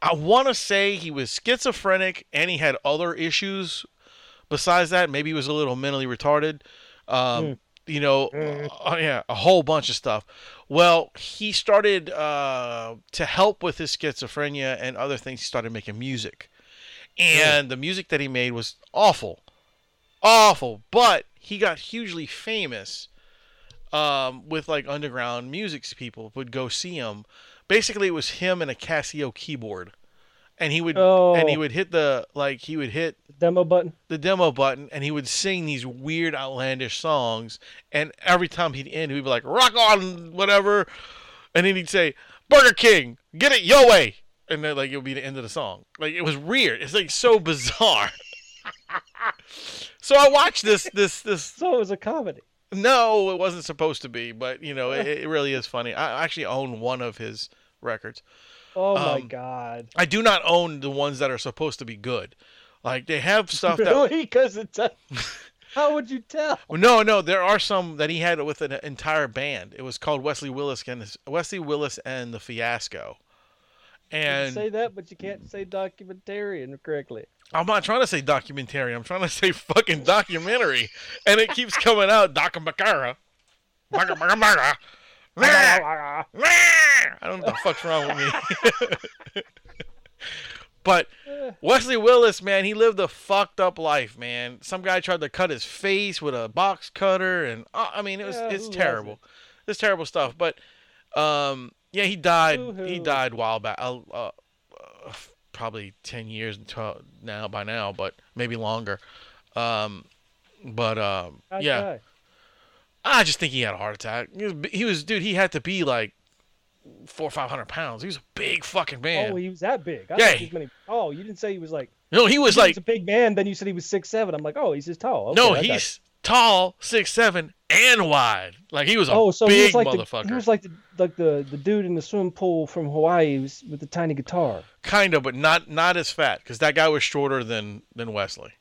Speaker 1: I want to say he was schizophrenic and he had other issues besides that. Maybe he was a little mentally retarded. Um, You know, uh, yeah, a whole bunch of stuff. Well, he started uh, to help with his schizophrenia and other things. He started making music, and the music that he made was awful, awful. But he got hugely famous um, with like underground music people would go see him. Basically, it was him and a Casio keyboard, and he would and he
Speaker 2: Oh.
Speaker 1: would hit the like he would hit
Speaker 2: Demo button.
Speaker 1: the demo button and he would sing these weird outlandish songs and every time he'd end he'd be like rock on whatever and then he'd say burger king get it your way and then like it would be the end of the song like it was weird it's like so bizarre so i watched this this this
Speaker 2: So it was a comedy.
Speaker 1: no it wasn't supposed to be but you know it, it really is funny i actually own one of his records
Speaker 2: Oh my
Speaker 1: Um,
Speaker 2: god.
Speaker 1: i do not own the ones that are supposed to be good like they have stuff that
Speaker 2: Really? Because it's a. How would you tell?
Speaker 1: Well, no, no, there are some that he had with an entire band. It was called Wesley Willis and his, Wesley Willis and the Fiasco.
Speaker 2: You say
Speaker 1: And
Speaker 2: that, but you can't say documentarian correctly.
Speaker 1: I'm not trying to say documentary. I'm trying to say fucking documentary, and it keeps coming out documentary. Documentary. I don't know what the fuck's wrong with me. but
Speaker 2: Eh,
Speaker 1: Wesley Willis, man, he lived a fucked up life, man. Some guy tried to cut his face with a box cutter, and uh, I mean, it was
Speaker 2: Yeah,
Speaker 1: it's
Speaker 2: who
Speaker 1: terrible, it's terrible stuff. But um, yeah, he died. He
Speaker 2: Boo-hoo.
Speaker 1: died a while back, uh, uh, uh, probably ten years until now by now, but maybe longer. Um, but um,
Speaker 2: How'd you
Speaker 1: yeah,
Speaker 2: die?
Speaker 1: I just think he had a heart attack. He was, he was dude. He had to be like four or five hundred pounds. He was a big fucking man.
Speaker 2: Oh, he was that big. I
Speaker 1: Yeah,
Speaker 2: thought he
Speaker 1: he-
Speaker 2: was many... Oh, you didn't say he was like.
Speaker 1: no, he was
Speaker 2: He
Speaker 1: like
Speaker 2: was a big man. Then you said he was six seven. I'm like, oh, he's just tall. Okay,
Speaker 1: no,
Speaker 2: I got you.
Speaker 1: he's tall, six seven, and wide. Like he was a
Speaker 2: Oh, so
Speaker 1: big
Speaker 2: he was like
Speaker 1: motherfucker.
Speaker 2: the he was like the like the, the dude in the swimming pool from Hawaii who's- with the tiny guitar.
Speaker 1: kind of, but not not as fat because that guy was shorter than than Wesley.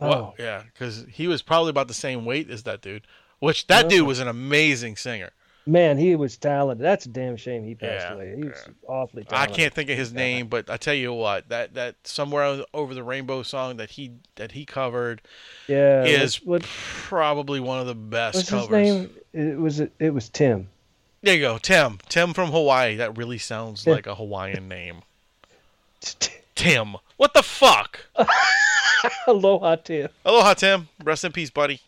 Speaker 2: Oh,
Speaker 1: Well, yeah, because he was probably about the same weight as that dude. Which that dude was an amazing singer.
Speaker 2: man, he was talented. That's a damn shame he passed
Speaker 1: Yeah,
Speaker 2: away. He was awfully
Speaker 1: I
Speaker 2: talented.
Speaker 1: can't think of his name, but I tell you what, that that somewhere over the rainbow song that he that he covered
Speaker 2: Yeah,
Speaker 1: is
Speaker 2: what,
Speaker 1: probably one of the best
Speaker 2: what's
Speaker 1: covers.
Speaker 2: his name? It was it was Tim.
Speaker 1: There you go, Tim. Tim from Hawaii. That really sounds
Speaker 2: Yeah.
Speaker 1: like a Hawaiian name. Tim. What the fuck?
Speaker 2: Aloha Tim.
Speaker 1: Aloha, Tim. Rest in peace, buddy.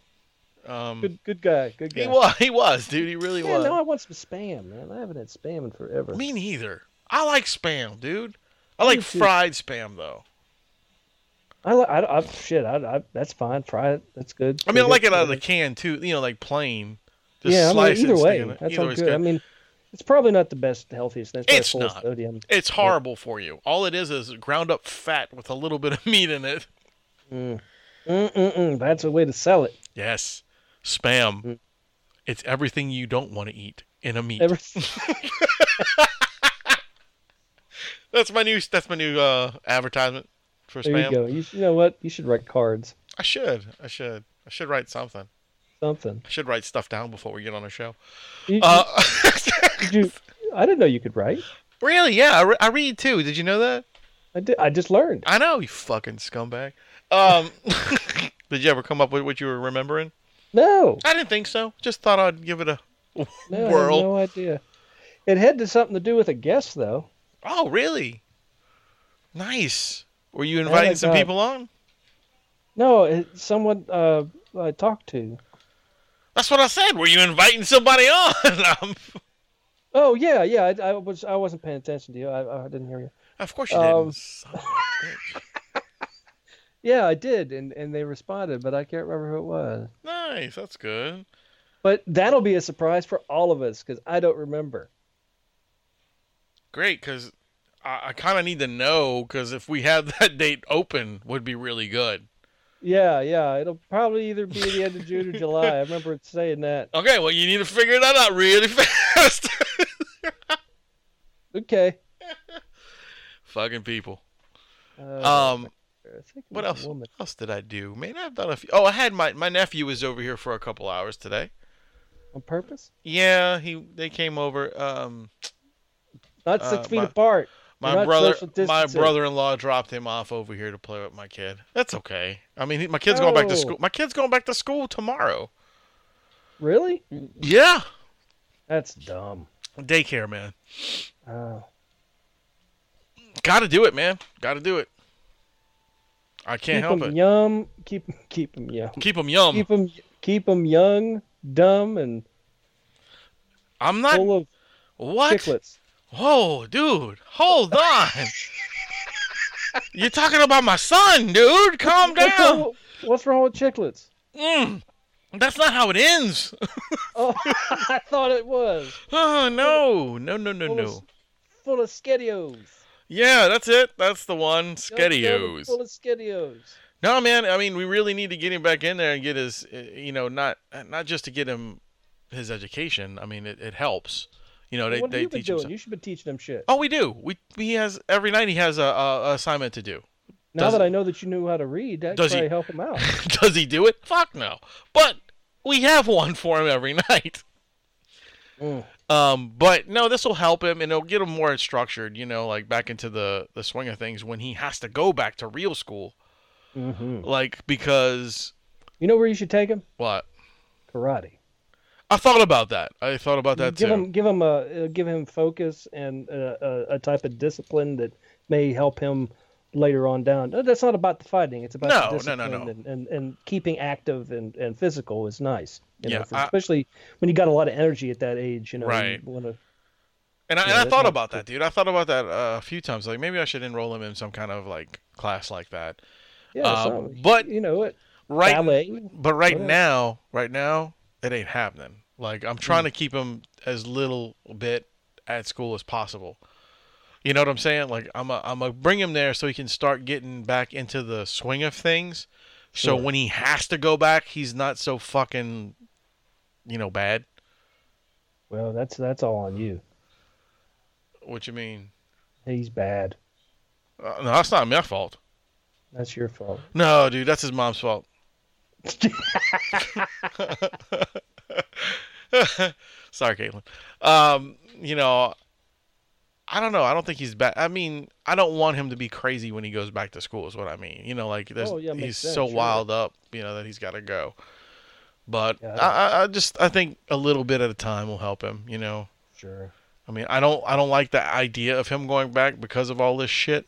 Speaker 1: Um,
Speaker 2: Good good guy. Good guy.
Speaker 1: He was. He was, dude. He really
Speaker 2: Man,
Speaker 1: was.
Speaker 2: now I want some spam, man. I haven't had spam in forever.
Speaker 1: Me neither. I like spam, dude. I like
Speaker 2: too.
Speaker 1: fried spam though.
Speaker 2: I, li- I, I shit. I, I that's fine. Try it. That's good.
Speaker 1: I mean, I
Speaker 2: Dig
Speaker 1: like it out of the
Speaker 2: Dig
Speaker 1: can too. You know, like plain. Just
Speaker 2: Yeah, I
Speaker 1: slice
Speaker 2: mean,
Speaker 1: it.
Speaker 2: either
Speaker 1: and stick
Speaker 2: way,
Speaker 1: it in it.
Speaker 2: that's
Speaker 1: Either
Speaker 2: all
Speaker 1: way's
Speaker 2: good. I mean, it's probably not the best, healthiest thing.
Speaker 1: It's
Speaker 2: It's, probably full
Speaker 1: not.
Speaker 2: of sodium.
Speaker 1: It's horrible for you. All it is is ground up fat with a little bit of meat in it.
Speaker 2: Mm-mm-mm, that's a way to sell it.
Speaker 1: Yes, spam.
Speaker 2: Mm-hmm.
Speaker 1: It's everything you don't want to eat in a meat.
Speaker 2: Every-
Speaker 1: That's my new. That's my new uh, advertisement for
Speaker 2: there you
Speaker 1: spam.
Speaker 2: go. You, sh- you know what? You should write cards.
Speaker 1: I should. I should. I should write something.
Speaker 2: Something.
Speaker 1: I should write stuff down before we get on a show.
Speaker 2: You-
Speaker 1: Uh,
Speaker 2: you- you- I didn't know you could write.
Speaker 1: really? Yeah, I, re- I read too. Did you know that?
Speaker 2: I did. I just learned.
Speaker 1: I know you fucking scumbag. Um, did you ever come up with what you were remembering?
Speaker 2: No,
Speaker 1: I didn't think so. Just thought I'd give it a
Speaker 2: no, I
Speaker 1: whirl.
Speaker 2: have no idea. It had to something to do with a guess, though.
Speaker 1: Oh, really? Nice. Were you
Speaker 2: I
Speaker 1: inviting some
Speaker 2: got-
Speaker 1: people on?
Speaker 2: No, it, someone uh, I talked to.
Speaker 1: That's what I said. Were you inviting somebody on? Um,
Speaker 2: Oh yeah, yeah. I, I was. I wasn't paying attention to you. I, I didn't hear you.
Speaker 1: of course you
Speaker 2: Um,
Speaker 1: didn't. son of a bitch.
Speaker 2: Yeah, I did, and and they responded, but I can't remember who it was.
Speaker 1: Nice. That's good.
Speaker 2: But that'll be a surprise for all of us because I don't remember.
Speaker 1: Great, because I, I kind of need to know, because if we have that date open, would be really good.
Speaker 2: Yeah, yeah. It'll probably either be the end of June or July. I remember it saying that.
Speaker 1: Okay, well, you need to figure that out really fast.
Speaker 2: Okay.
Speaker 1: Fucking people.
Speaker 2: Uh,
Speaker 1: Um,
Speaker 2: I think it
Speaker 1: what
Speaker 2: was a
Speaker 1: else? What
Speaker 2: Woman.
Speaker 1: else did I do? Man, I've done a few. Oh, I had my my nephew was over here for a couple hours today.
Speaker 2: on purpose?
Speaker 1: Yeah, he they came over. Um,
Speaker 2: Not
Speaker 1: Uh,
Speaker 2: six feet
Speaker 1: my-
Speaker 2: apart. They're
Speaker 1: my
Speaker 2: not
Speaker 1: brother,
Speaker 2: social
Speaker 1: my
Speaker 2: distancing.
Speaker 1: brother-in-law dropped him off over here to play with my kid. That's okay. I mean, he, my kid's going back to
Speaker 2: No.
Speaker 1: school. My kid's going back to school tomorrow.
Speaker 2: Really?
Speaker 1: Yeah,
Speaker 2: That's dumb.
Speaker 1: daycare, man.
Speaker 2: Oh.
Speaker 1: Got to do it, man. Got to do it. I can't
Speaker 2: keep
Speaker 1: help
Speaker 2: them
Speaker 1: it.
Speaker 2: young. Keep keep them young.
Speaker 1: Keep them yum.
Speaker 2: Keep them keep 'em young, dumb, and
Speaker 1: I'm not.
Speaker 2: full of
Speaker 1: What?
Speaker 2: chicklets.
Speaker 1: Whoa, dude. Hold on. You're talking about my son, dude. Calm
Speaker 2: What's
Speaker 1: down.
Speaker 2: wrong, what's wrong with chicklets?
Speaker 1: Mm, that's not how it ends.
Speaker 2: Oh, I thought it was
Speaker 1: Oh no, no, no, no,
Speaker 2: full
Speaker 1: no.
Speaker 2: of full of skedios.
Speaker 1: Yeah, that's it. That's the one.
Speaker 2: Young children
Speaker 1: Skedios.
Speaker 2: Full of skedios.
Speaker 1: No, man. I mean, we really need to get him back in there and get his, uh, you know, not not just to get him his education. I mean, it, it helps. You know, they,
Speaker 2: what have
Speaker 1: they
Speaker 2: you been
Speaker 1: teach him.
Speaker 2: doing?
Speaker 1: some-
Speaker 2: You should be teaching them shit.
Speaker 1: Oh, we do. We he has every night. He has a, a, a assignment to do.
Speaker 2: now
Speaker 1: does
Speaker 2: that
Speaker 1: it-
Speaker 2: I know that you knew how to read, that
Speaker 1: Does
Speaker 2: probably
Speaker 1: he-
Speaker 2: help them out.
Speaker 1: Does he do it? Fuck no. But we have one for him every night.
Speaker 2: Mm.
Speaker 1: Um, but no, this will help him and it'll get him more structured. You know, like back into the the swing of things when he has to go back to real school.
Speaker 2: hmm
Speaker 1: Like because
Speaker 2: You know where you should take them?
Speaker 1: what?
Speaker 2: Karate.
Speaker 1: I thought about that. I thought about that
Speaker 2: give
Speaker 1: too.
Speaker 2: him give him a uh, give him focus and uh, a, a type of discipline that may help him later on down. No, That's not about the fighting. It's about
Speaker 1: No,
Speaker 2: the
Speaker 1: no,
Speaker 2: discipline
Speaker 1: no, no.
Speaker 2: And, and, and keeping active and, and physical is nice. You
Speaker 1: Yeah,
Speaker 2: know, for,
Speaker 1: I-
Speaker 2: especially when you got a lot of energy at that age. You know,
Speaker 1: Right.
Speaker 2: You wanna,
Speaker 1: And I, and
Speaker 2: Yeah,
Speaker 1: I
Speaker 2: that
Speaker 1: thought
Speaker 2: might-
Speaker 1: about that, dude. I thought about that uh, a few times. Like maybe I should enroll him in some kind of like class like that.
Speaker 2: yeah.
Speaker 1: Uh,
Speaker 2: so,
Speaker 1: but
Speaker 2: you know it.
Speaker 1: Right.
Speaker 2: ballet.
Speaker 1: But right
Speaker 2: Whatever.
Speaker 1: now, right now, it ain't happening. Like I'm trying to keep him as little bit at school as possible. You know what I'm saying? Like I'm a, I'm gonna bring him there so he can start getting back into the swing of things. So
Speaker 2: Sure.
Speaker 1: when he has to go back, he's not so fucking, you know, bad.
Speaker 2: Well, that's that's all on you.
Speaker 1: What you mean?
Speaker 2: He's bad.
Speaker 1: Uh, no, that's not my fault.
Speaker 2: That's your fault.
Speaker 1: No, dude, that's his mom's fault. Sorry, Caitlin. Um, you know, I don't know. I don't think he's bad. I mean, I don't want him to be crazy when he goes back to school. Is what I mean. You know, like there's,
Speaker 2: Oh, yeah, makes
Speaker 1: he's
Speaker 2: sense,
Speaker 1: so
Speaker 2: sure.
Speaker 1: wild up, you know, that he's got to go. But
Speaker 2: Yeah, I
Speaker 1: I, I, I just I think a little bit at a time will help him. You know,
Speaker 2: Sure.
Speaker 1: I mean, I don't I don't like the idea of him going back because of all this shit.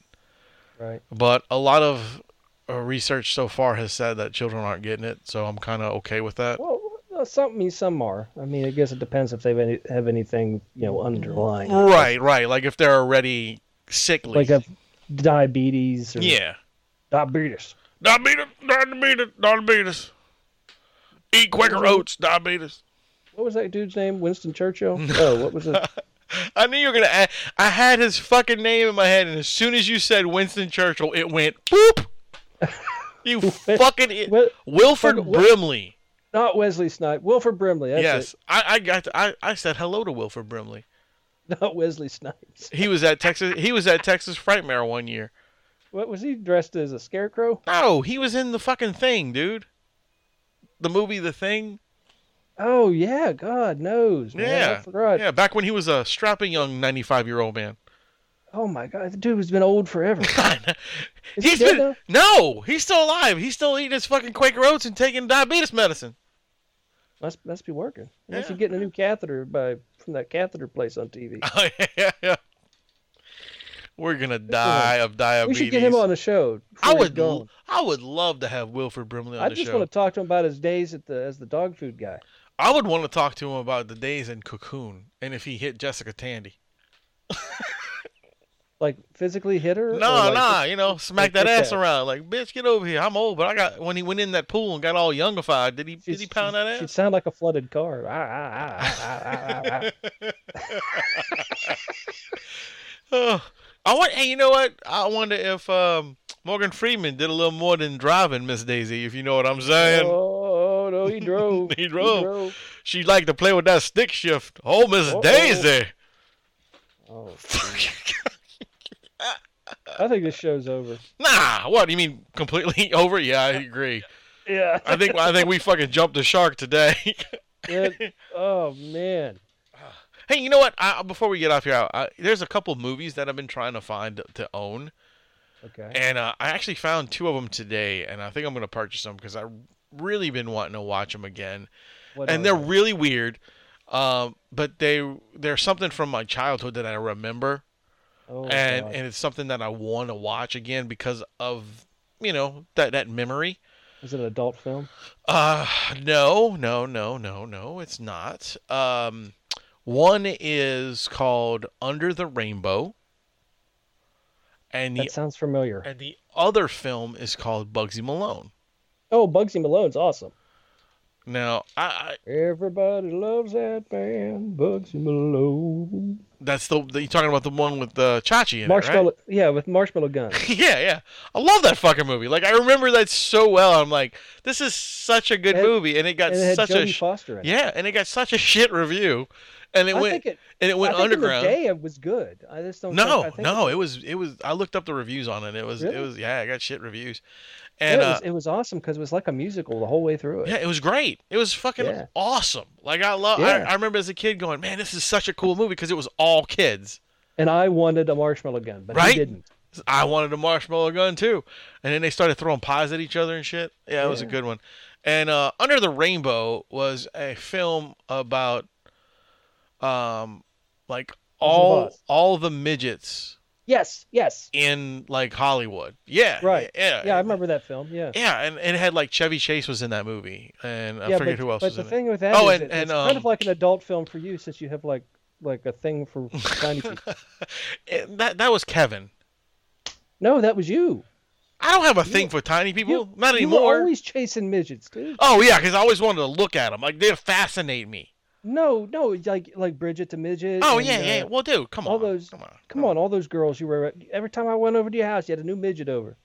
Speaker 2: Right.
Speaker 1: But a lot of uh, research so far has said that children aren't getting it, so I'm kind of okay with that.
Speaker 2: Well, well, some I mean, some are. I mean, I guess it depends if they have any, have anything you know underlying,
Speaker 1: Right, right. Like if they're already sickly.
Speaker 2: like a diabetes or
Speaker 1: yeah.
Speaker 2: diabetes.
Speaker 1: Diabetes, diabetes, diabetes. Eat Quaker oats, diabetes.
Speaker 2: What was that dude's name? Winston Churchill. Oh, what was it?
Speaker 1: I knew you were gonna. Add, I had his fucking name in my head, and as soon as you said Winston Churchill, it went boop. You fucking i-
Speaker 2: Wil-
Speaker 1: Wilford
Speaker 2: Wil-
Speaker 1: Brimley.
Speaker 2: Not Wesley Snipes. Wilford Brimley. That's
Speaker 1: Yes, I, I got. to- I, I said hello to Wilford Brimley.
Speaker 2: it. Not Wesley Snipes.
Speaker 1: He was at Texas. He was at Texas Frightmare one year.
Speaker 2: What was he dressed as? A scarecrow?
Speaker 1: No, he was in the fucking thing, dude. The movie The Thing.
Speaker 2: Oh yeah, God knows. Man.
Speaker 1: Yeah.
Speaker 2: I forgot.
Speaker 1: Yeah, back when he was a strapping young 95 year old man.
Speaker 2: Oh my God, the dude has been old forever. Is he
Speaker 1: he's
Speaker 2: dead
Speaker 1: been no, he's still alive. He's still eating his fucking Quaker oats and taking diabetes medicine.
Speaker 2: Must must be working. Unless
Speaker 1: Yeah.
Speaker 2: you're getting a new catheter by from that catheter place on TV.
Speaker 1: Oh yeah, yeah. We're gonna die of
Speaker 2: We
Speaker 1: diabetes.
Speaker 2: should get him on the show.
Speaker 1: I
Speaker 2: before he's
Speaker 1: would,
Speaker 2: gone.
Speaker 1: l- I would love to have Wilfred Brimley on
Speaker 2: I
Speaker 1: the
Speaker 2: just
Speaker 1: show.
Speaker 2: want to talk to him about his days at the as the dog food guy.
Speaker 1: I would want to talk to him about the days in Cocoon and if he hit Jessica Tandy.
Speaker 2: Like physically hit her? or,
Speaker 1: No,
Speaker 2: like,
Speaker 1: nah, you know, smack that
Speaker 2: hit
Speaker 1: ass
Speaker 2: that.
Speaker 1: around. Like, bitch, get over here. I'm old, but I got when he went in that pool and got all youngified. Did he?
Speaker 2: she-
Speaker 1: Did he pound
Speaker 2: she-
Speaker 1: that
Speaker 2: She'd
Speaker 1: ass?
Speaker 2: sound like a flooded car. Ah, ah, ah, ah, ah, ah, ah.
Speaker 1: Ugh. I want. Hey, you know what? I wonder if um, Morgan Freeman did a little more than driving Miss Daisy, if you know what I'm saying.
Speaker 2: oh no, he drove.
Speaker 1: He drove. She liked to play with that stick shift. Oh, Miss
Speaker 2: Uh-oh.
Speaker 1: Daisy.
Speaker 2: Oh, I think this show's over.
Speaker 1: nah, what? You mean completely over? Yeah, I agree.
Speaker 2: Yeah.
Speaker 1: I think I think we fucking jumped the shark today.
Speaker 2: it, oh man.
Speaker 1: Hey, you know what? I, before we get off here, I, I, there's a couple movies that I've been trying to find to own,
Speaker 2: Okay.
Speaker 1: and uh, I actually found two of them today, and I think I'm going to purchase them because I really been wanting to watch them again,
Speaker 2: What
Speaker 1: and
Speaker 2: are
Speaker 1: they're
Speaker 2: they?
Speaker 1: really weird, um, but they they're something from my childhood that I remember,
Speaker 2: oh,
Speaker 1: and
Speaker 2: God.
Speaker 1: and it's something that I want to watch again because of you know that that memory.
Speaker 2: is it an adult film?
Speaker 1: Uh, no, no, no, no, no, it's not. Um, one is called Under the Rainbow, and the
Speaker 2: That sounds familiar.
Speaker 1: and the other film is called Bugsy Malone.
Speaker 2: Oh, Bugsy Malone's awesome.
Speaker 1: Now, I, I
Speaker 2: Everybody loves that band, Bugsy Malone.
Speaker 1: that's the, the you're talking about the one with the Chachi in it,
Speaker 2: Marshmallow,
Speaker 1: right?
Speaker 2: yeah, with Marshmallow Gun.
Speaker 1: yeah, yeah. I love that fucking movie. Like I remember that so well. I'm like, this is such a good
Speaker 2: And-
Speaker 1: movie, and it got
Speaker 2: and it had
Speaker 1: such a
Speaker 2: Jodie
Speaker 1: sh-
Speaker 2: Foster in it.
Speaker 1: yeah, and it got such a shit review, and it
Speaker 2: I
Speaker 1: went
Speaker 2: think it
Speaker 1: and it went
Speaker 2: I think
Speaker 1: underground.
Speaker 2: In the day it was good. I just don't.
Speaker 1: No,
Speaker 2: think, I think
Speaker 1: no, it was it was. I looked up the reviews on it. It was it
Speaker 2: Really?
Speaker 1: was yeah, I got shit reviews,
Speaker 2: yeah,
Speaker 1: and
Speaker 2: it, was,
Speaker 1: uh,
Speaker 2: it was awesome because it was like a musical the whole way through it.
Speaker 1: yeah, it was great. It was fucking
Speaker 2: Yeah.
Speaker 1: awesome. Like I love. I,
Speaker 2: Yeah.
Speaker 1: I remember as a kid going, man, this is such a cool movie because it was all kids.
Speaker 2: And I wanted a marshmallow gun, but
Speaker 1: Right?
Speaker 2: he didn't.
Speaker 1: I wanted a marshmallow gun too, and then they started throwing pies at each other and shit. Yeah, it was a
Speaker 2: Yeah.
Speaker 1: good one. And uh, Under the Rainbow was a film about, um, like all
Speaker 2: boss.
Speaker 1: all the midgets
Speaker 2: Yes, yes.
Speaker 1: in like Hollywood. Yeah,
Speaker 2: Right.
Speaker 1: Yeah,
Speaker 2: Yeah, I remember that film. Yeah.
Speaker 1: Yeah, and, and it had like Chevy Chase was in that movie, and I
Speaker 2: yeah,
Speaker 1: forget
Speaker 2: but,
Speaker 1: who else
Speaker 2: but
Speaker 1: was
Speaker 2: the
Speaker 1: in it.
Speaker 2: thing with that
Speaker 1: Oh,
Speaker 2: is
Speaker 1: and-
Speaker 2: it-
Speaker 1: and,
Speaker 2: it's kind
Speaker 1: um,
Speaker 2: of like an adult film for you since you have like like a thing for tiny people.
Speaker 1: And that that was Kevin.
Speaker 2: No, that was you.
Speaker 1: I don't have a thing for tiny people,
Speaker 2: You,
Speaker 1: not
Speaker 2: you
Speaker 1: anymore.
Speaker 2: were always chasing midgets, dude.
Speaker 1: Oh yeah, because I always wanted to look at them. Like they fascinate me.
Speaker 2: No, no, like like Bridget the midget.
Speaker 1: Oh
Speaker 2: and,
Speaker 1: yeah,
Speaker 2: uh,
Speaker 1: yeah. Well, dude, come
Speaker 2: all
Speaker 1: on,
Speaker 2: those-
Speaker 1: come on,
Speaker 2: Come on, all those girls you were every time I went over to your house, you had a new midget over.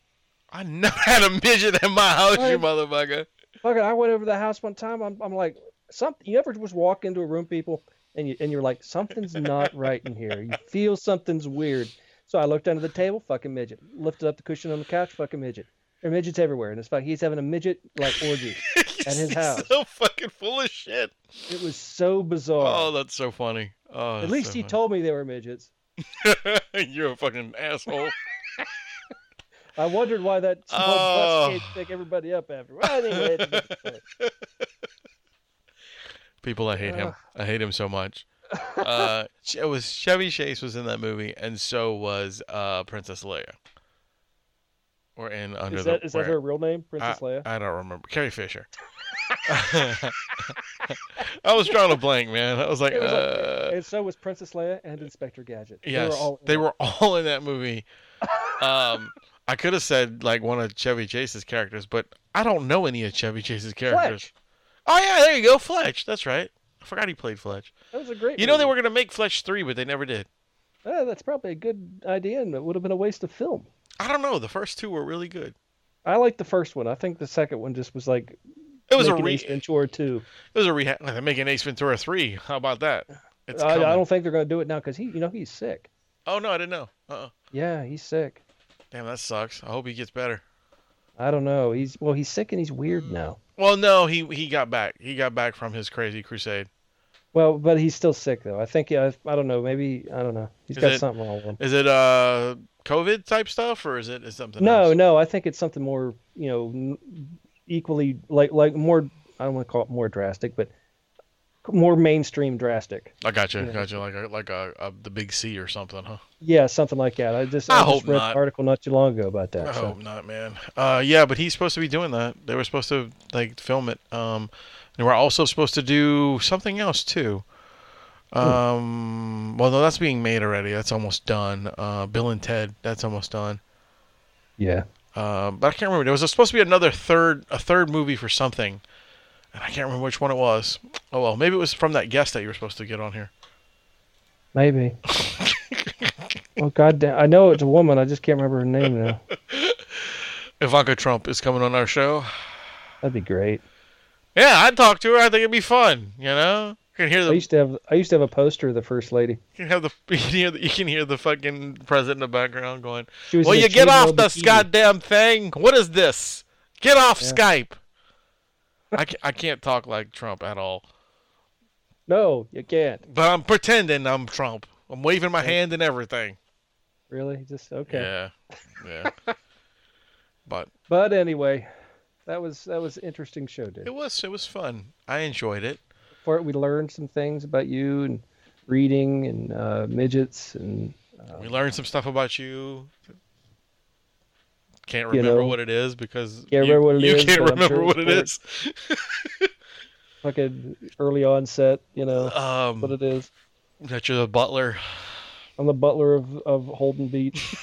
Speaker 1: I never had a midget in my house, you
Speaker 2: Right.
Speaker 1: motherfucker.
Speaker 2: Fucking, I went over to the house one time. I'm, I'm like, something. You ever just walk into a room, people, and you and you're like, something's not right in here. You feel something's weird. So I looked under the table, fucking midget. Lifted up the cushion on the couch, fucking midget. There are midgets everywhere, and it's like he's having a midget like orgy. At his
Speaker 1: He's
Speaker 2: house.
Speaker 1: so fucking full of shit.
Speaker 2: It was so bizarre.
Speaker 1: Oh, that's so funny. Oh,
Speaker 2: At least he told me they were midgets.
Speaker 1: told. You're a fucking asshole.
Speaker 2: I wondered why that small
Speaker 1: Oh.
Speaker 2: bus can't pick everybody up after. Well, anyway, it's a different thing.
Speaker 1: People, I hate him. I hate him so much. Uh, Ch- it was Chevy Chase was in that movie, and so was uh, Princess Leia. Or in under
Speaker 2: is
Speaker 1: the
Speaker 2: that is that
Speaker 1: where-
Speaker 2: her real name,
Speaker 1: I,
Speaker 2: Princess Leia?
Speaker 1: I don't remember. Carrie Fisher. I was drawing a blank, man. I was like,
Speaker 2: It was like-
Speaker 1: uh,
Speaker 2: and so was Princess Leia and Inspector Gadget.
Speaker 1: yes,
Speaker 2: they were all in it.
Speaker 1: in that movie. Um, I could have said like one of Chevy Chase's characters, but I don't know any of Chevy Chase's characters.
Speaker 2: Fletch.
Speaker 1: Oh yeah, there you go, Fletch. That's right. I forgot he played Fletch.
Speaker 2: That was a great.
Speaker 1: You know they
Speaker 2: movie.
Speaker 1: were gonna make Fletch three, but they never did.
Speaker 2: Uh, that's probably a good idea, and it would have been a waste of film.
Speaker 1: I don't know. The first two were really good.
Speaker 2: I like the first one. I think the second one just was like
Speaker 1: It was a
Speaker 2: making
Speaker 1: re.
Speaker 2: Ace Ventura two.
Speaker 1: It was a rehash. They're making Ace Ventura three. How about that? It's
Speaker 2: Uh, I, I
Speaker 1: coming.
Speaker 2: don't think they're going to do it now because he, you know, he's sick.
Speaker 1: Oh no, I didn't know. Uh. uh
Speaker 2: Yeah, he's sick.
Speaker 1: Damn, that sucks. I hope he gets better.
Speaker 2: I don't know. He's well, he's sick and he's weird now.
Speaker 1: Well, no, he he got back. He got back from his crazy crusade.
Speaker 2: Well, but he's still sick though. I think yeah, I, I don't know. Maybe I don't know. He's
Speaker 1: Is
Speaker 2: got
Speaker 1: it-
Speaker 2: something wrong with him.
Speaker 1: Is it uh COVID type stuff or is it is something?
Speaker 2: No,
Speaker 1: else?
Speaker 2: no. I think it's something more, you know, n- equally like like more. I don't want to call it more drastic, but more mainstream drastic.
Speaker 1: I got you.
Speaker 2: Yeah.
Speaker 1: Got you. Like a, like a, a the big C or something, huh?
Speaker 2: Yeah, something like that. I just
Speaker 1: I
Speaker 2: I, just
Speaker 1: hope
Speaker 2: read
Speaker 1: not.
Speaker 2: an article not too long ago about that.
Speaker 1: I
Speaker 2: so.
Speaker 1: hope not, man. Uh, yeah, but he's supposed to be doing that. They were supposed to like film it. Um, and we're also supposed to do something else too. Um, well, no, that's being made already. That's almost done. Uh, Bill and Ted. That's almost done.
Speaker 2: Yeah.
Speaker 1: Um, but I can't remember. There was supposed to be another third, a third movie for something, and I can't remember which one it was. Oh well, maybe it was from that guest that you were supposed to get on here.
Speaker 2: Maybe. oh goddamn! I know it's a woman. I just can't remember her name now.
Speaker 1: Ivanka Trump is coming on our show.
Speaker 2: That'd be great.
Speaker 1: Yeah, I'd talk to her. I think it'd be fun. You know, you can hear
Speaker 2: I
Speaker 1: the, you
Speaker 2: used to have I used to have a poster of the first lady.
Speaker 1: can have the, you can hear the, you can hear the fucking president in the background going,
Speaker 2: She was
Speaker 1: "Well,
Speaker 2: in a
Speaker 1: you get
Speaker 2: cheetah
Speaker 1: off this
Speaker 2: bikini.
Speaker 1: goddamn thing. What is this? Get off
Speaker 2: Yeah.
Speaker 1: Skype." I, ca- I can't talk like Trump at all.
Speaker 2: No, you can't.
Speaker 1: But I'm pretending I'm Trump. I'm waving my hand and everything.
Speaker 2: Really? Just okay.
Speaker 1: Yeah. Yeah. but
Speaker 2: But anyway, that was that was an interesting show, Dave.
Speaker 1: it was it was fun. I enjoyed it.
Speaker 2: For it, we learned some things about you and reading and uh, midgets and
Speaker 1: We learned some stuff about you. Can't
Speaker 2: You
Speaker 1: remember
Speaker 2: know.
Speaker 1: what it is because
Speaker 2: Can't
Speaker 1: you,
Speaker 2: remember what it
Speaker 1: you
Speaker 2: is,
Speaker 1: can't
Speaker 2: but I'm
Speaker 1: remember
Speaker 2: sure
Speaker 1: what it
Speaker 2: it's
Speaker 1: is.
Speaker 2: fucking early onset. You know
Speaker 1: Um,
Speaker 2: what it is.
Speaker 1: that you're the butler.
Speaker 2: I'm the butler of, of Holden Beach.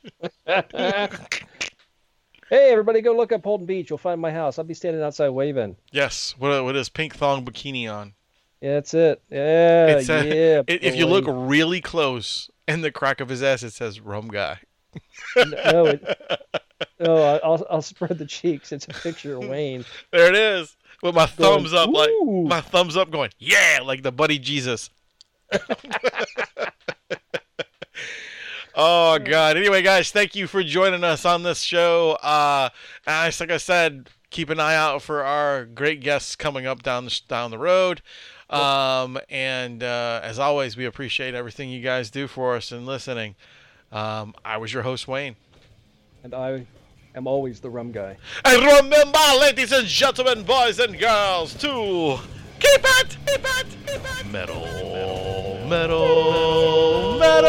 Speaker 2: hey, everybody, go look up Holden Beach. You'll find my house. I'll be standing outside waving.
Speaker 1: Yes. What what is pink thong bikini on?
Speaker 2: Yeah, that's it. Yeah,
Speaker 1: It's a-
Speaker 2: Uh, yeah.
Speaker 1: I- if you look
Speaker 2: boy.
Speaker 1: really close in the crack of his ass, it says rum guy.
Speaker 2: no, it, no, I- I'll I'll spread the cheeks. It's a picture of Wayne.
Speaker 1: There it is. With my
Speaker 2: Going,
Speaker 1: thumbs up, like
Speaker 2: "Ooh."
Speaker 1: my thumbs up, going yeah, like the buddy Jesus. oh God. Anyway, guys, thank you for joining us on this show. Uh, as like I said, keep an eye out for our great guests coming up down the, down the road. Um, and uh, as always, we appreciate everything you guys do for us and listening. Um, I was your host, Wayne.
Speaker 2: And I am always the rum guy.
Speaker 1: And remember, ladies and gentlemen, boys and girls, to keep it, keep it, keep it metal, metal, metal, metal,